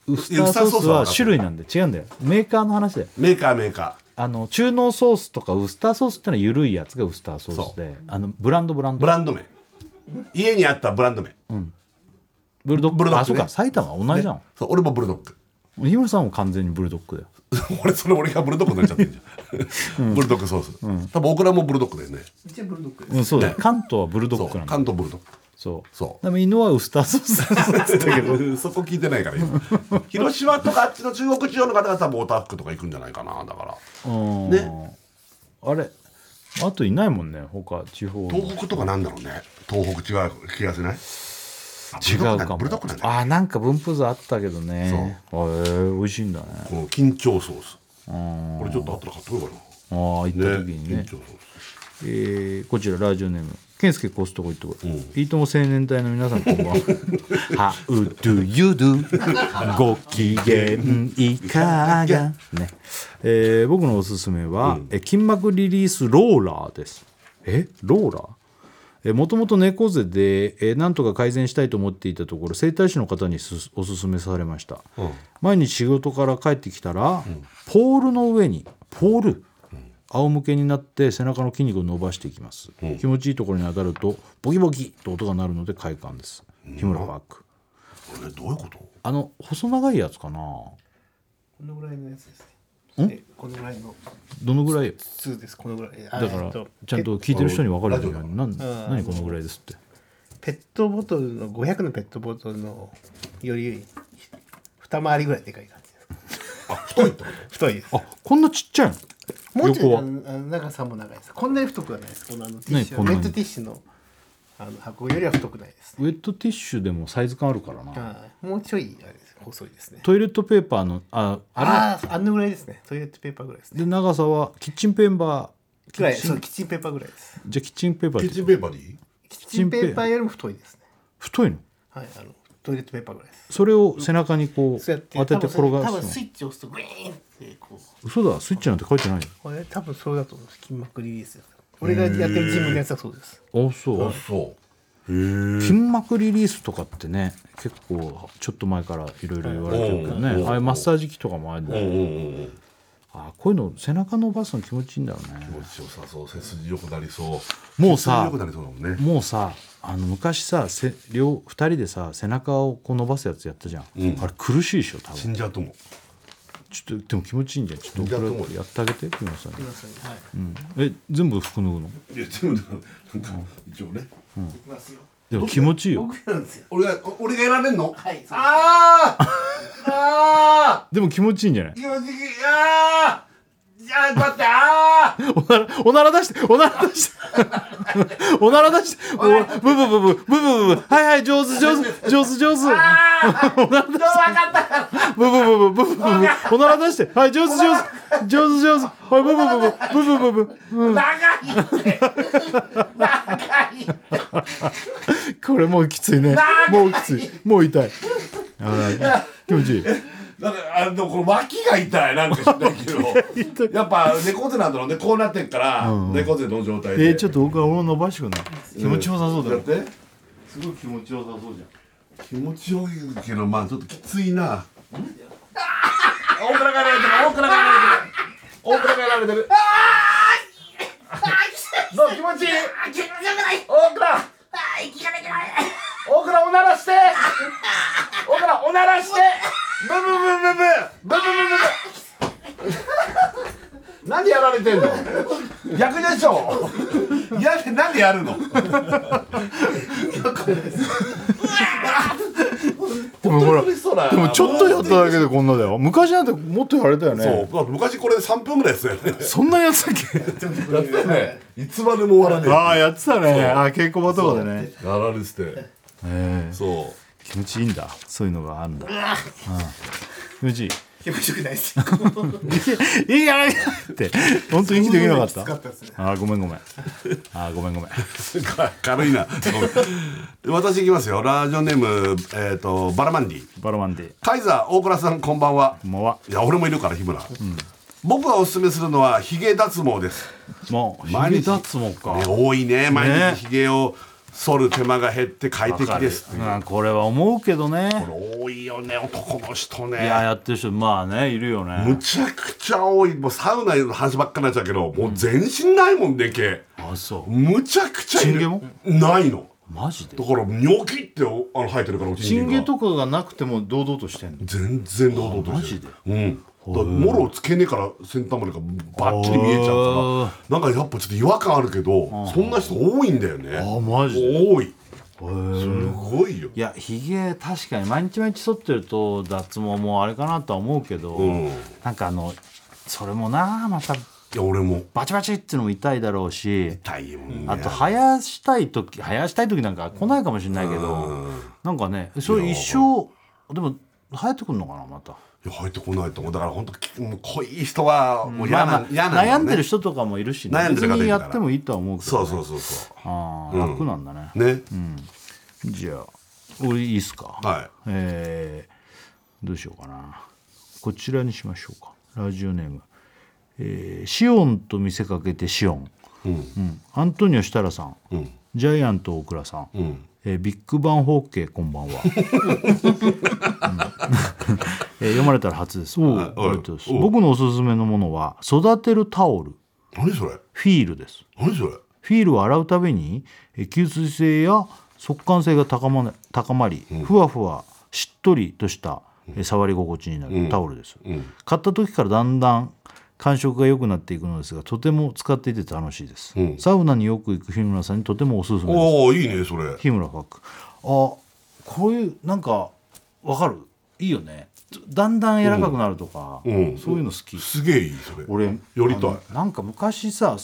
C: ウスター
D: ウスターソ
C: ソ
D: ー
C: ー
D: ス
C: ス
D: は
C: は種類なんで違うんだよメーカーの話だよ
D: メーカーメーカ
C: あの中濃ソースとかウスターソースってのは緩いやつがウスターソースであのブランドブランド
D: ブランド名家にあったブランド名
C: ブルドッグ
D: ブルドッグね
C: あそうか埼玉同じじゃん、
D: そう俺もブルドッグ
C: 日村さんも完全にブルドッグだよ
D: 俺それ俺がブルドッグになっちゃってんじゃん、ブルドッグソース、多分オクラもブルドッグだよね
E: うちはブルドッグです
C: うん、そうだよ
D: ね
C: 関東はブルド
D: そ
C: ッグな
D: うん
C: だ
D: 関東ブルドッグ
C: そう
D: そう
C: でも犬はウスターソー スだけど
D: そこ聞いてないから今広島とかあっちの中国地方の方々はモーターフックとか行くんじゃないかなだから
C: うん
D: ね
C: あれあといないもんね他地方の
D: 東北とかなんだろうね東北違う気がしないあ
C: 違うかも
D: ブルドッグなんだブルドッグなんだ
C: あーなんか分布図あったけどねへえー、美味しいんだね
D: この緊張ソース
C: うん
D: これちょっと後で買ってこよう
C: あ
D: か
C: あ行った
D: な
C: 時にね
D: 緊張ソース
C: えーこちらラジオネーム健介コストコ行ってこい、
D: ん
C: いいとも青年隊の皆さんこんばん は How do you do? ご機嫌いかが、ねえー僕のおすすめは、え筋膜リリースローラーですえローラーもともと猫背で、えーなんとか改善したいと思っていたところ整体師の方にすおすすめされました、毎日仕事から帰ってきたら、ポールの上にポール、仰向けになって背中の筋肉を伸ばしていきます、気持ちいいところに当たるとボキボキと音が鳴るので快感です日村パーク
D: これどういうこと
C: あの細長いやつかな
E: このぐらいのやつですねでこのぐらいの
C: どのぐらい
E: 普通ですこのぐらいだ
C: だからちゃんと聞いてる人に分かるようになん何このぐらいですって
E: ペットボトルの500のペットボトルのより二回りぐらいでかい感じですあ太いってこと太いで
C: あこんなちっちゃいの
E: すもうちょ
C: 横
E: い
C: は
E: あのあの長さも長いですこんなに太くはないですこのあのティッシ
C: ねこ
E: ュ
C: んな
E: ウ
C: に
E: ェットティッシュのあの箱よりは太くないですね
C: ウェットティッシュでもサイズ感あるからな
E: はいもうちょいあれです細いですね
C: トイレットペーパーのああ
E: あああのぐらいですねトイレットペーパーぐらいです
C: れ
E: ね
C: で長さはキッチンペーパー
E: ぐらいそうキッチンペーパーぐらいです
C: じゃあキッチンペーパー
D: キ
C: っ
D: ッチ
C: て
D: ンペーパーでいい
E: キッチンペーパーよりも太いですね
C: 太いの
E: はいあのトイレットペーパーぐらいです
C: それを背中にこう
E: そうやって
C: 当てて転
E: 多
C: が
E: 分ス
C: す
E: イ
C: の
E: ッチ押すとグイーンってこう
C: 嘘だスイッチなんて書いてない
E: これ多分そうだと思う筋膜リリースです俺がやってるジムのやつはそうです
C: よあそう
D: そう
C: 筋膜リリースとかってね結構ちょっと前からいろいろ言われてるけど
D: うんう
C: ね
D: ん
C: ああいうマッサージ機とかもあるんだ
D: うん
C: よ
D: うんうんうん
C: ああこういうの背中伸ばすの気持ちいいんだろうね
D: 気持ちよさそう背筋良くなりそう
C: もうさ
D: 背筋良くなりそうだもんね
C: もうさあの昔させ両2人でさ背中をこう伸ばすやつやったじゃん、
D: うん
C: あれ苦しいでしょ多
D: 死
C: 分
D: んじゃうと思う
C: ちょっとでも気持ちいいんじゃんちょっとこれやってあげて皆さんに、
E: 皆さんにはい
C: え全部服脱ぐの
D: いや全部なんか一応ね
E: いきますよ
C: でも気持ちいいよ
E: 僕らなんですよ
D: 俺がお俺がやられんの
E: はいそうです
D: あーあ
C: でも気持ちいいんじゃない
D: ー気持ちいいあーじゃあ待ってあー
C: おならおなら出しておなら出して おなら出しておブブブブブブブブはいはい上手上手上手上手
D: どうわかった
C: ブブブブブブブブおなら出してはい上手上手上手上手はいブブブブブブブブブ
D: 長いって
C: これもうきついねもうきついもう痛いあー気持ちいい
D: なんかあのでもこの脇が痛いなんか知ら ないけどやっぱ猫背なんだろうねこうなってんから、猫背の状態で
C: えー、ちょっと僕は俺も伸ばしてくんない気持ちよさそうだ
D: やっ
C: よ
D: てすごい気持ちよさそうじゃん気持ちよいけどまあちょっときついな大倉がやられてる大倉がやられてる大倉がやられてるどう気持ちいい気持ちよくない大倉大倉おならして大倉おならしてブブブブブブブブブブ何やられてんの逆でしょやでなんでやるの
C: でもほら
D: 嬉しそうだな
C: でもちょっとやっただけでこんなだよ昔なんてもっとやれたよ
D: そう
C: ね
D: だって昔これ3分ぐらいですよね
C: そんなやつだっけ
D: やってたねいつまでも終わらね
C: ああやってたねああ稽古場とかでね
D: えやられてて
C: ええ
D: そ
C: 気持ちいいんだそういうのがあるんだうん気持ちいい
E: 気持ちよくないですよ
C: いいやいいやって本当に息できなかっ
E: きつか
C: た
E: ったですね
C: ああごめんごめんああごめんごめん
D: うか軽いなごめん私いきますよラジオネームえっ、とバラマンディ
C: バラマンディ
D: カイザー大倉さんこんばんは
C: こんばんはい
D: や俺もいるから日村、僕がおすすめするのはヒゲ脱毛です
C: もうひ
D: 毎
C: げ
D: 日
C: 脱毛か
D: ね多いね毎日ひげを剃る手間が減って快適ですっていう
C: うんこれは思うけどね
D: 多いよね男の人ね
C: いややってる人まあねいるよね
D: むちゃくちゃ多いもうサウナの話ばっかりになっちゃうけどもう全身ないもんね毛
C: あそう
D: むちゃくちゃいる
C: チンゲも
D: ないの
C: マジで
D: だからニョキってあの生えてるからお
C: チンゲ
D: が
C: とかがなくても堂々としてんの
D: 全然堂々としてる
C: あ
D: うんだからもろつけねえから先端までがバッチリ見えちゃうからなんかやっぱちょっと違和感あるけどそんな人多いんだよね
C: あマジで
D: 多いすごいよ
C: いやひげ確かに毎日毎日剃ってると脱毛もあれかなとは思うけど、
D: うんい
C: なんかあのそれもなまた
D: や俺も
C: バチバチっていうのも痛いだろうし
D: 痛いもんね
C: あと生やしたい時生やしたい時なんか来ないかもしれないけどなんかねそれ一生でも生えてくんのかなまた
D: いや入ってこないと思うだから本当もう濃い人はもう嫌な、
C: まあまあ
D: 嫌なんだよ
C: 悩ん
D: ね
C: でる人とかもいるし、ね、
D: 悩んでる方いる
C: 別に
D: か
C: や
D: ら
C: ってもいいとは思うけど
D: そうそうそうそ
C: あー楽なんだね、
D: うね、
C: じゃあ俺いいっすか
D: はい
C: えーどうしようかなこちらにしましょうかラジオネーム、えーシオンと見せかけてシオン、うんアントニオ設楽さん、ジャイアント大倉さん、えービッグバンホーケーこんば んは、うんえー読まれたら初ですおうありがとうございます
D: おう
C: 僕のおすすめのものは育てるタオル
D: 何それ
C: フィールです
D: 何それ
C: フィールを洗うたびにえー吸水性や速乾性が高まな高まり、ふわふわしっとりとしたえー触り心地になるタオルです、買った時からだんだん感触が良くなっていくのですがとても使っていて楽しいです、サウナによく行く日村さんにとてもおすすめです
D: おおいいねそれ
C: 日村ファックあこういうなんかわかるいいよねだんだん柔らかくなるとか、
D: うん
C: そういうの好き
D: すげえいいそれ
C: 俺
D: やりたい
C: あのなんか昔さ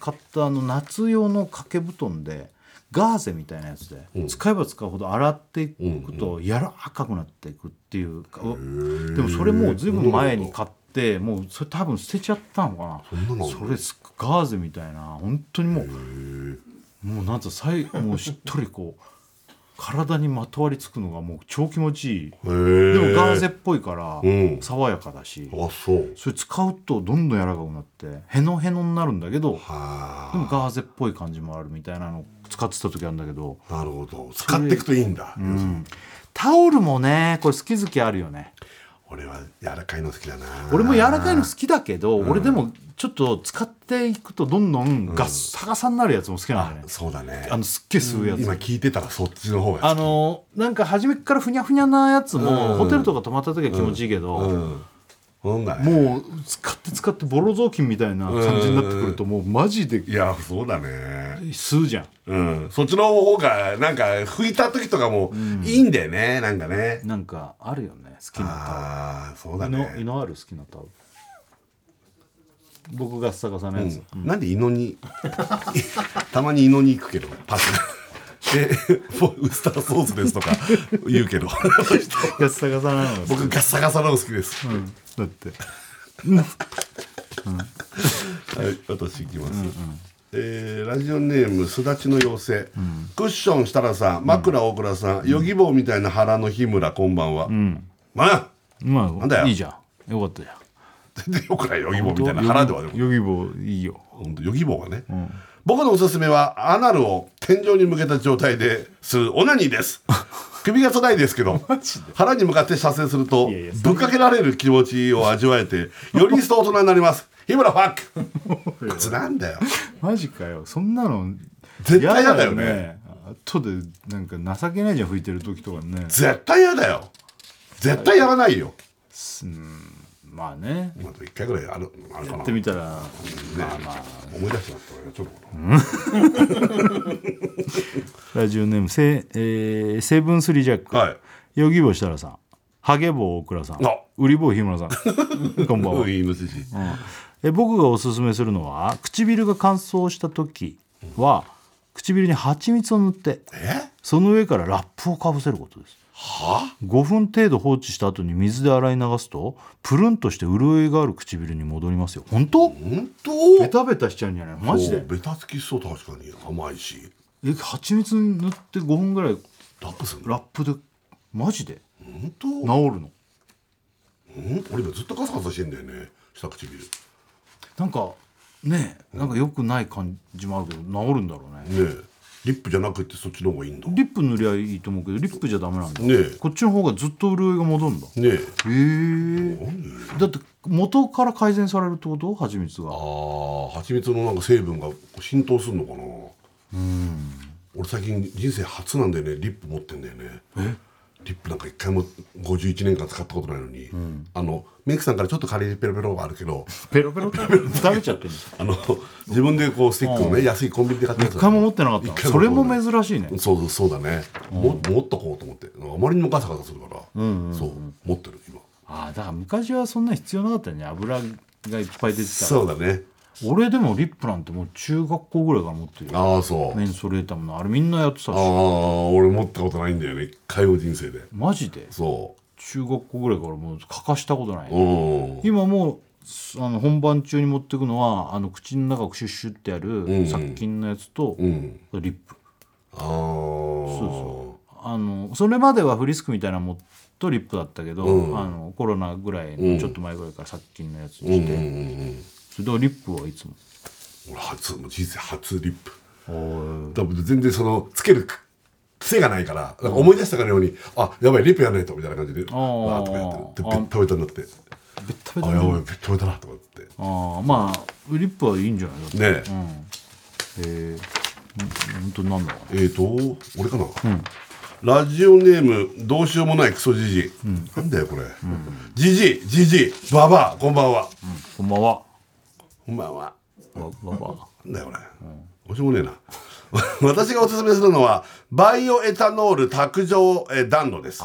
C: 買ったあの夏用の掛け布団でガーゼみたいなやつで、使えば使うほど洗っていくと柔らかくなっていくっていうか、でもそれもう随分前に買ってもうそれ多分捨てちゃったのかなそれすガーゼみたいな本当にもうもうなんと最後もうしっとりこう 体にまとわりつくのがもう超気持ちいいで
D: へ
C: も
D: え
C: ガーゼっぽいから
D: うん
C: 爽やかだし、
D: あそう
C: それ使うとどんどん柔らかくなってへのへのになるんだけど
D: あ
C: でもガーゼっぽい感じもあるみたいなのを使ってた時あるんだけど、
D: あなるほど使っていくといいんだ、
C: うん、タオルもねこれ好き好きあるよね
D: 俺は柔らかいの好きだな
C: 俺も柔らかいの好きだけど、俺でもちょっと使っていくとどんどんガッサガサになるやつも好きなんだよね、
D: そうだね
C: あのすっげえ吸うやつ、
D: 今聞いてたらそっちの方が
C: あのなんか初めっからふにゃふにゃなやつも、
D: うん
C: ホテルとか泊まった時は気持ちいいけど、
D: うんそんなね
C: もう使って使ってボロ雑巾みたいな感じになってくるともうマジで
D: いやそうだね
C: 吸うじゃん
D: うんそっちの方がなんか拭いた時とかもいいんだよね、なんかね
C: なんかあるよね好きなタオル
D: ああそうだ
C: 胃の胃
D: ね
C: のある好きなタオル僕が逆さのやつ、
D: うんなんで胃のにたまに胃のに行くけど パスでフォウスターソースですとか言う けど
C: ガッサガサなのが好き
D: 僕ガッサガサの方が好きです、
C: だって
D: はい、私行きます。えーラジオネームすだちの妖精、クッション設楽さん枕大倉さん、ヨギ棒みたいな腹の日村こんばんは、まあ
C: まあ
D: んだよ
C: いいじゃんよかったじゃん
D: 全然よくないヨギ棒みたいな腹ではでも
C: ヨギボーいいよ
D: 本当ヨギ棒がね、僕のおすすめはアナルを天井に向けた状態でするオナニーです首が硬いですけど腹に向かって射精すると
C: いやいや
D: ぶっかけられる気持ちを味わえてより一層大人になります日村ファックこいつなんだよ
C: マジかよそんなの
D: 絶対嫌だよね
C: 嫌後でなんか情けないじゃん吹いてる時とかね
D: 絶対嫌だよ絶対やらないよ
C: まあね
D: まあ一回ぐらいあるあるか
C: や
D: な
C: ってみたら
D: まあまあ思い出しちゃったねちょっと
C: ラジオネームセ,、えーセブンスリージャック、
D: はい
C: ヨギボー設楽さんハゲボー大倉さん
D: あ
C: ウリボー日 村さんこんばんは
D: うんいい虫し
C: え僕がおすすめするのは唇が乾燥した時は唇に蜂蜜を塗って
D: え
C: その上からラップをかぶせることです
D: は
C: 5分程度放置した後に水で洗い流すとプルンとして潤いがある唇に戻りますよ本当
D: 本当
C: ベタベタしちゃうんじゃないマジ
D: そ
C: で
D: うベタつきそう確かに甘いし
C: え蜂蜜塗って5分ぐらい
D: ラップする
C: ラップでマジで
D: 本当
C: 治
D: う
C: る
D: ん
C: の
D: 俺今ずっとカサカサしてんだよね下唇ね
C: なんかねえなんか良くない感じもあるけど治るんだろうね
D: えリップじゃなくてそっちの方がいいんだね
C: リップ塗りゃいいと思うけどリップじゃダメなんだ、
D: ねえ
C: こっちの方がずっと潤いが戻るんだ
D: え
C: へえだって元から改善されるってこと蜂蜜
D: あ
C: が
D: あ蜂蜜のなんか成分が浸透するのかな俺最近人生初なんだよねリップ持ってんだよねリップなんか一回も51年間使ったことないのに、あのメイクさんからちょっと借りペロペロはあるけど
C: ペロペロって食べちゃってる
D: あの自分でこうスティックをね安いコンビニで買ったやつ
C: 一回も持ってなかった
D: 一
C: の
D: 回
C: それも
D: 持ってな
C: 珍
D: い
C: しいね
D: そうそうそうだね、も持っとこうと思ってあまりにもガサガサするから、そう持ってる今
C: ああだから昔はそんな必要なかったよね油がいっぱい出てた
D: そうだね
C: 俺でもリップなんてもう中学校ぐらいから持ってるよ
D: ああそう、
C: メンソレータムのあれみんなやってた
D: あ
C: し
D: あ俺持ったことないんだよね一回も人生で
C: マジで
D: そ
C: 中学校ぐらいからもう欠かしたことないう
D: うん
C: 今もうすあの本番中に持ってくのはあの口の中をシュッシュってや
D: ん
C: る殺菌のやつと
D: う
C: リ
D: ん
C: ップ、
D: ああそ
C: あのそれまではフリスクみたいなのもとリップだったけど、
D: うん
C: あのコロナぐらい
D: うん
C: のちょっと前ぐらいから殺菌のやつ
D: う
C: にし
D: んうん
C: て、
D: うんうん
C: それでリップはいつも
D: 俺初もう人生初リップ多分全然そのつける癖がないからなんか思い出したかのように、あやばいリップやらないとみたいな感じでわ
C: ー
D: ーっとかやってる
C: あ
D: でべったべたになって
C: ベタベ
D: あ
C: タ
D: や
C: に
D: ばいべったべたなとかってね
C: ああまあリップはいいんじゃないだ
D: え、
C: ってへえ本当になんだろうね
D: えーと俺かな、ラジオネームどうしようもないクソじじい、なんだよこれじじいじじいばばあこんばんは
C: こんばんは
D: こんばんは
C: わわわ
D: なんだよこれ、どうしようもねえな 私がおすすめするのはバイオエタノール卓上えー暖炉です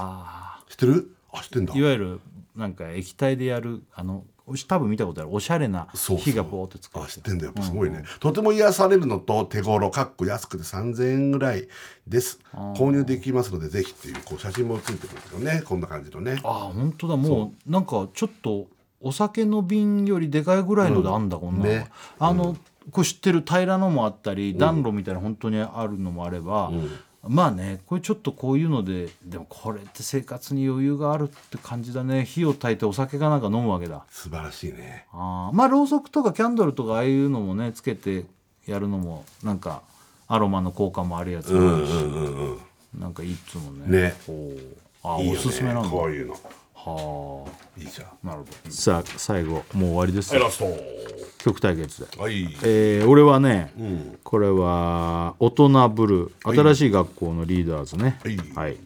D: 知ってる あ知ってんだ
C: いわゆるなんか液体でやるあのおし多分見たことあるおしゃれな
D: そうそう
C: 火がぼーってつくや
D: あ
C: つ
D: 知ってんだよやっぱすごいね、とても癒されるのと手頃かっこ安くて3000円ぐらいです購入できますのでぜひっていうこう写真もついてくるんですよねこんな感じのね
C: ああ本当だもうなんかちょっとお酒の瓶よりでかいぐらいのであんだ、こんなの、
D: ね
C: あの、これ知ってる平らのもあったり、暖炉みたいな本当にあるのもあれば、まあねこれちょっとこういうのででもこれって生活に余裕があるって感じだね火を焚いてお酒かなんか飲むわけだ
D: 素晴らしいね
C: あーまあろうそくとかキャンドルとかああいうのもねつけてやるのもなんかアロマの効果もあるやつもあるし、なんかいいっつうもんね
D: ね
C: おあー
D: いいよね
C: おすすめなんだ
D: こういうの
C: はあ
D: いいじゃん
C: なるほどさあ最後もう終わりです
D: はいラスト
C: 曲対決で、
D: はい
C: えー俺はね、これは「大人ブルー」新しい学校のリーダーズねは、
D: はい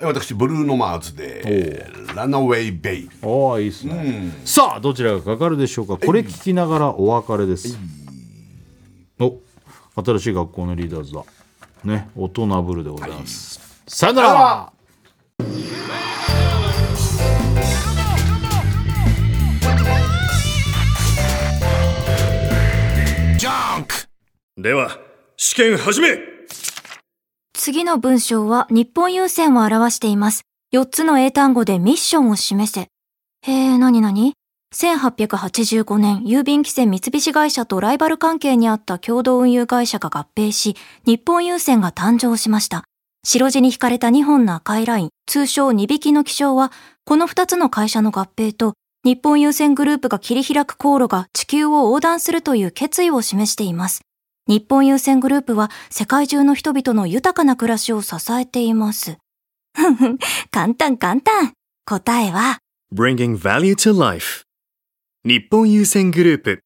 D: 私ブルーノマーズで「ランナウェイ・ベイビー
C: おおいいっすね、さあどちらがかかるでしょうかこれ聞きながらお別れです、お新しい学校のリーダーズだね大人ブルーでございます、さよなら
A: では試験始め
F: 次の文章は日本郵船を表しています。4つの英単語でミッションを示せ。へえ、なになに ?1885 年、郵便規制三菱会社とライバル関係にあった共同運輸会社が合併し、日本郵船が誕生しました。白地に引かれた2本の赤いライン、通称2匹の気象は、この2つの会社の合併と、日本郵船グループが切り開く航路が地球を横断するという決意を示しています。日本優先グループは世界中の人々の豊かな暮らしを支えています。ふんふん、簡単簡単。答えは、
A: Bringing Value to Life 日本優先グループ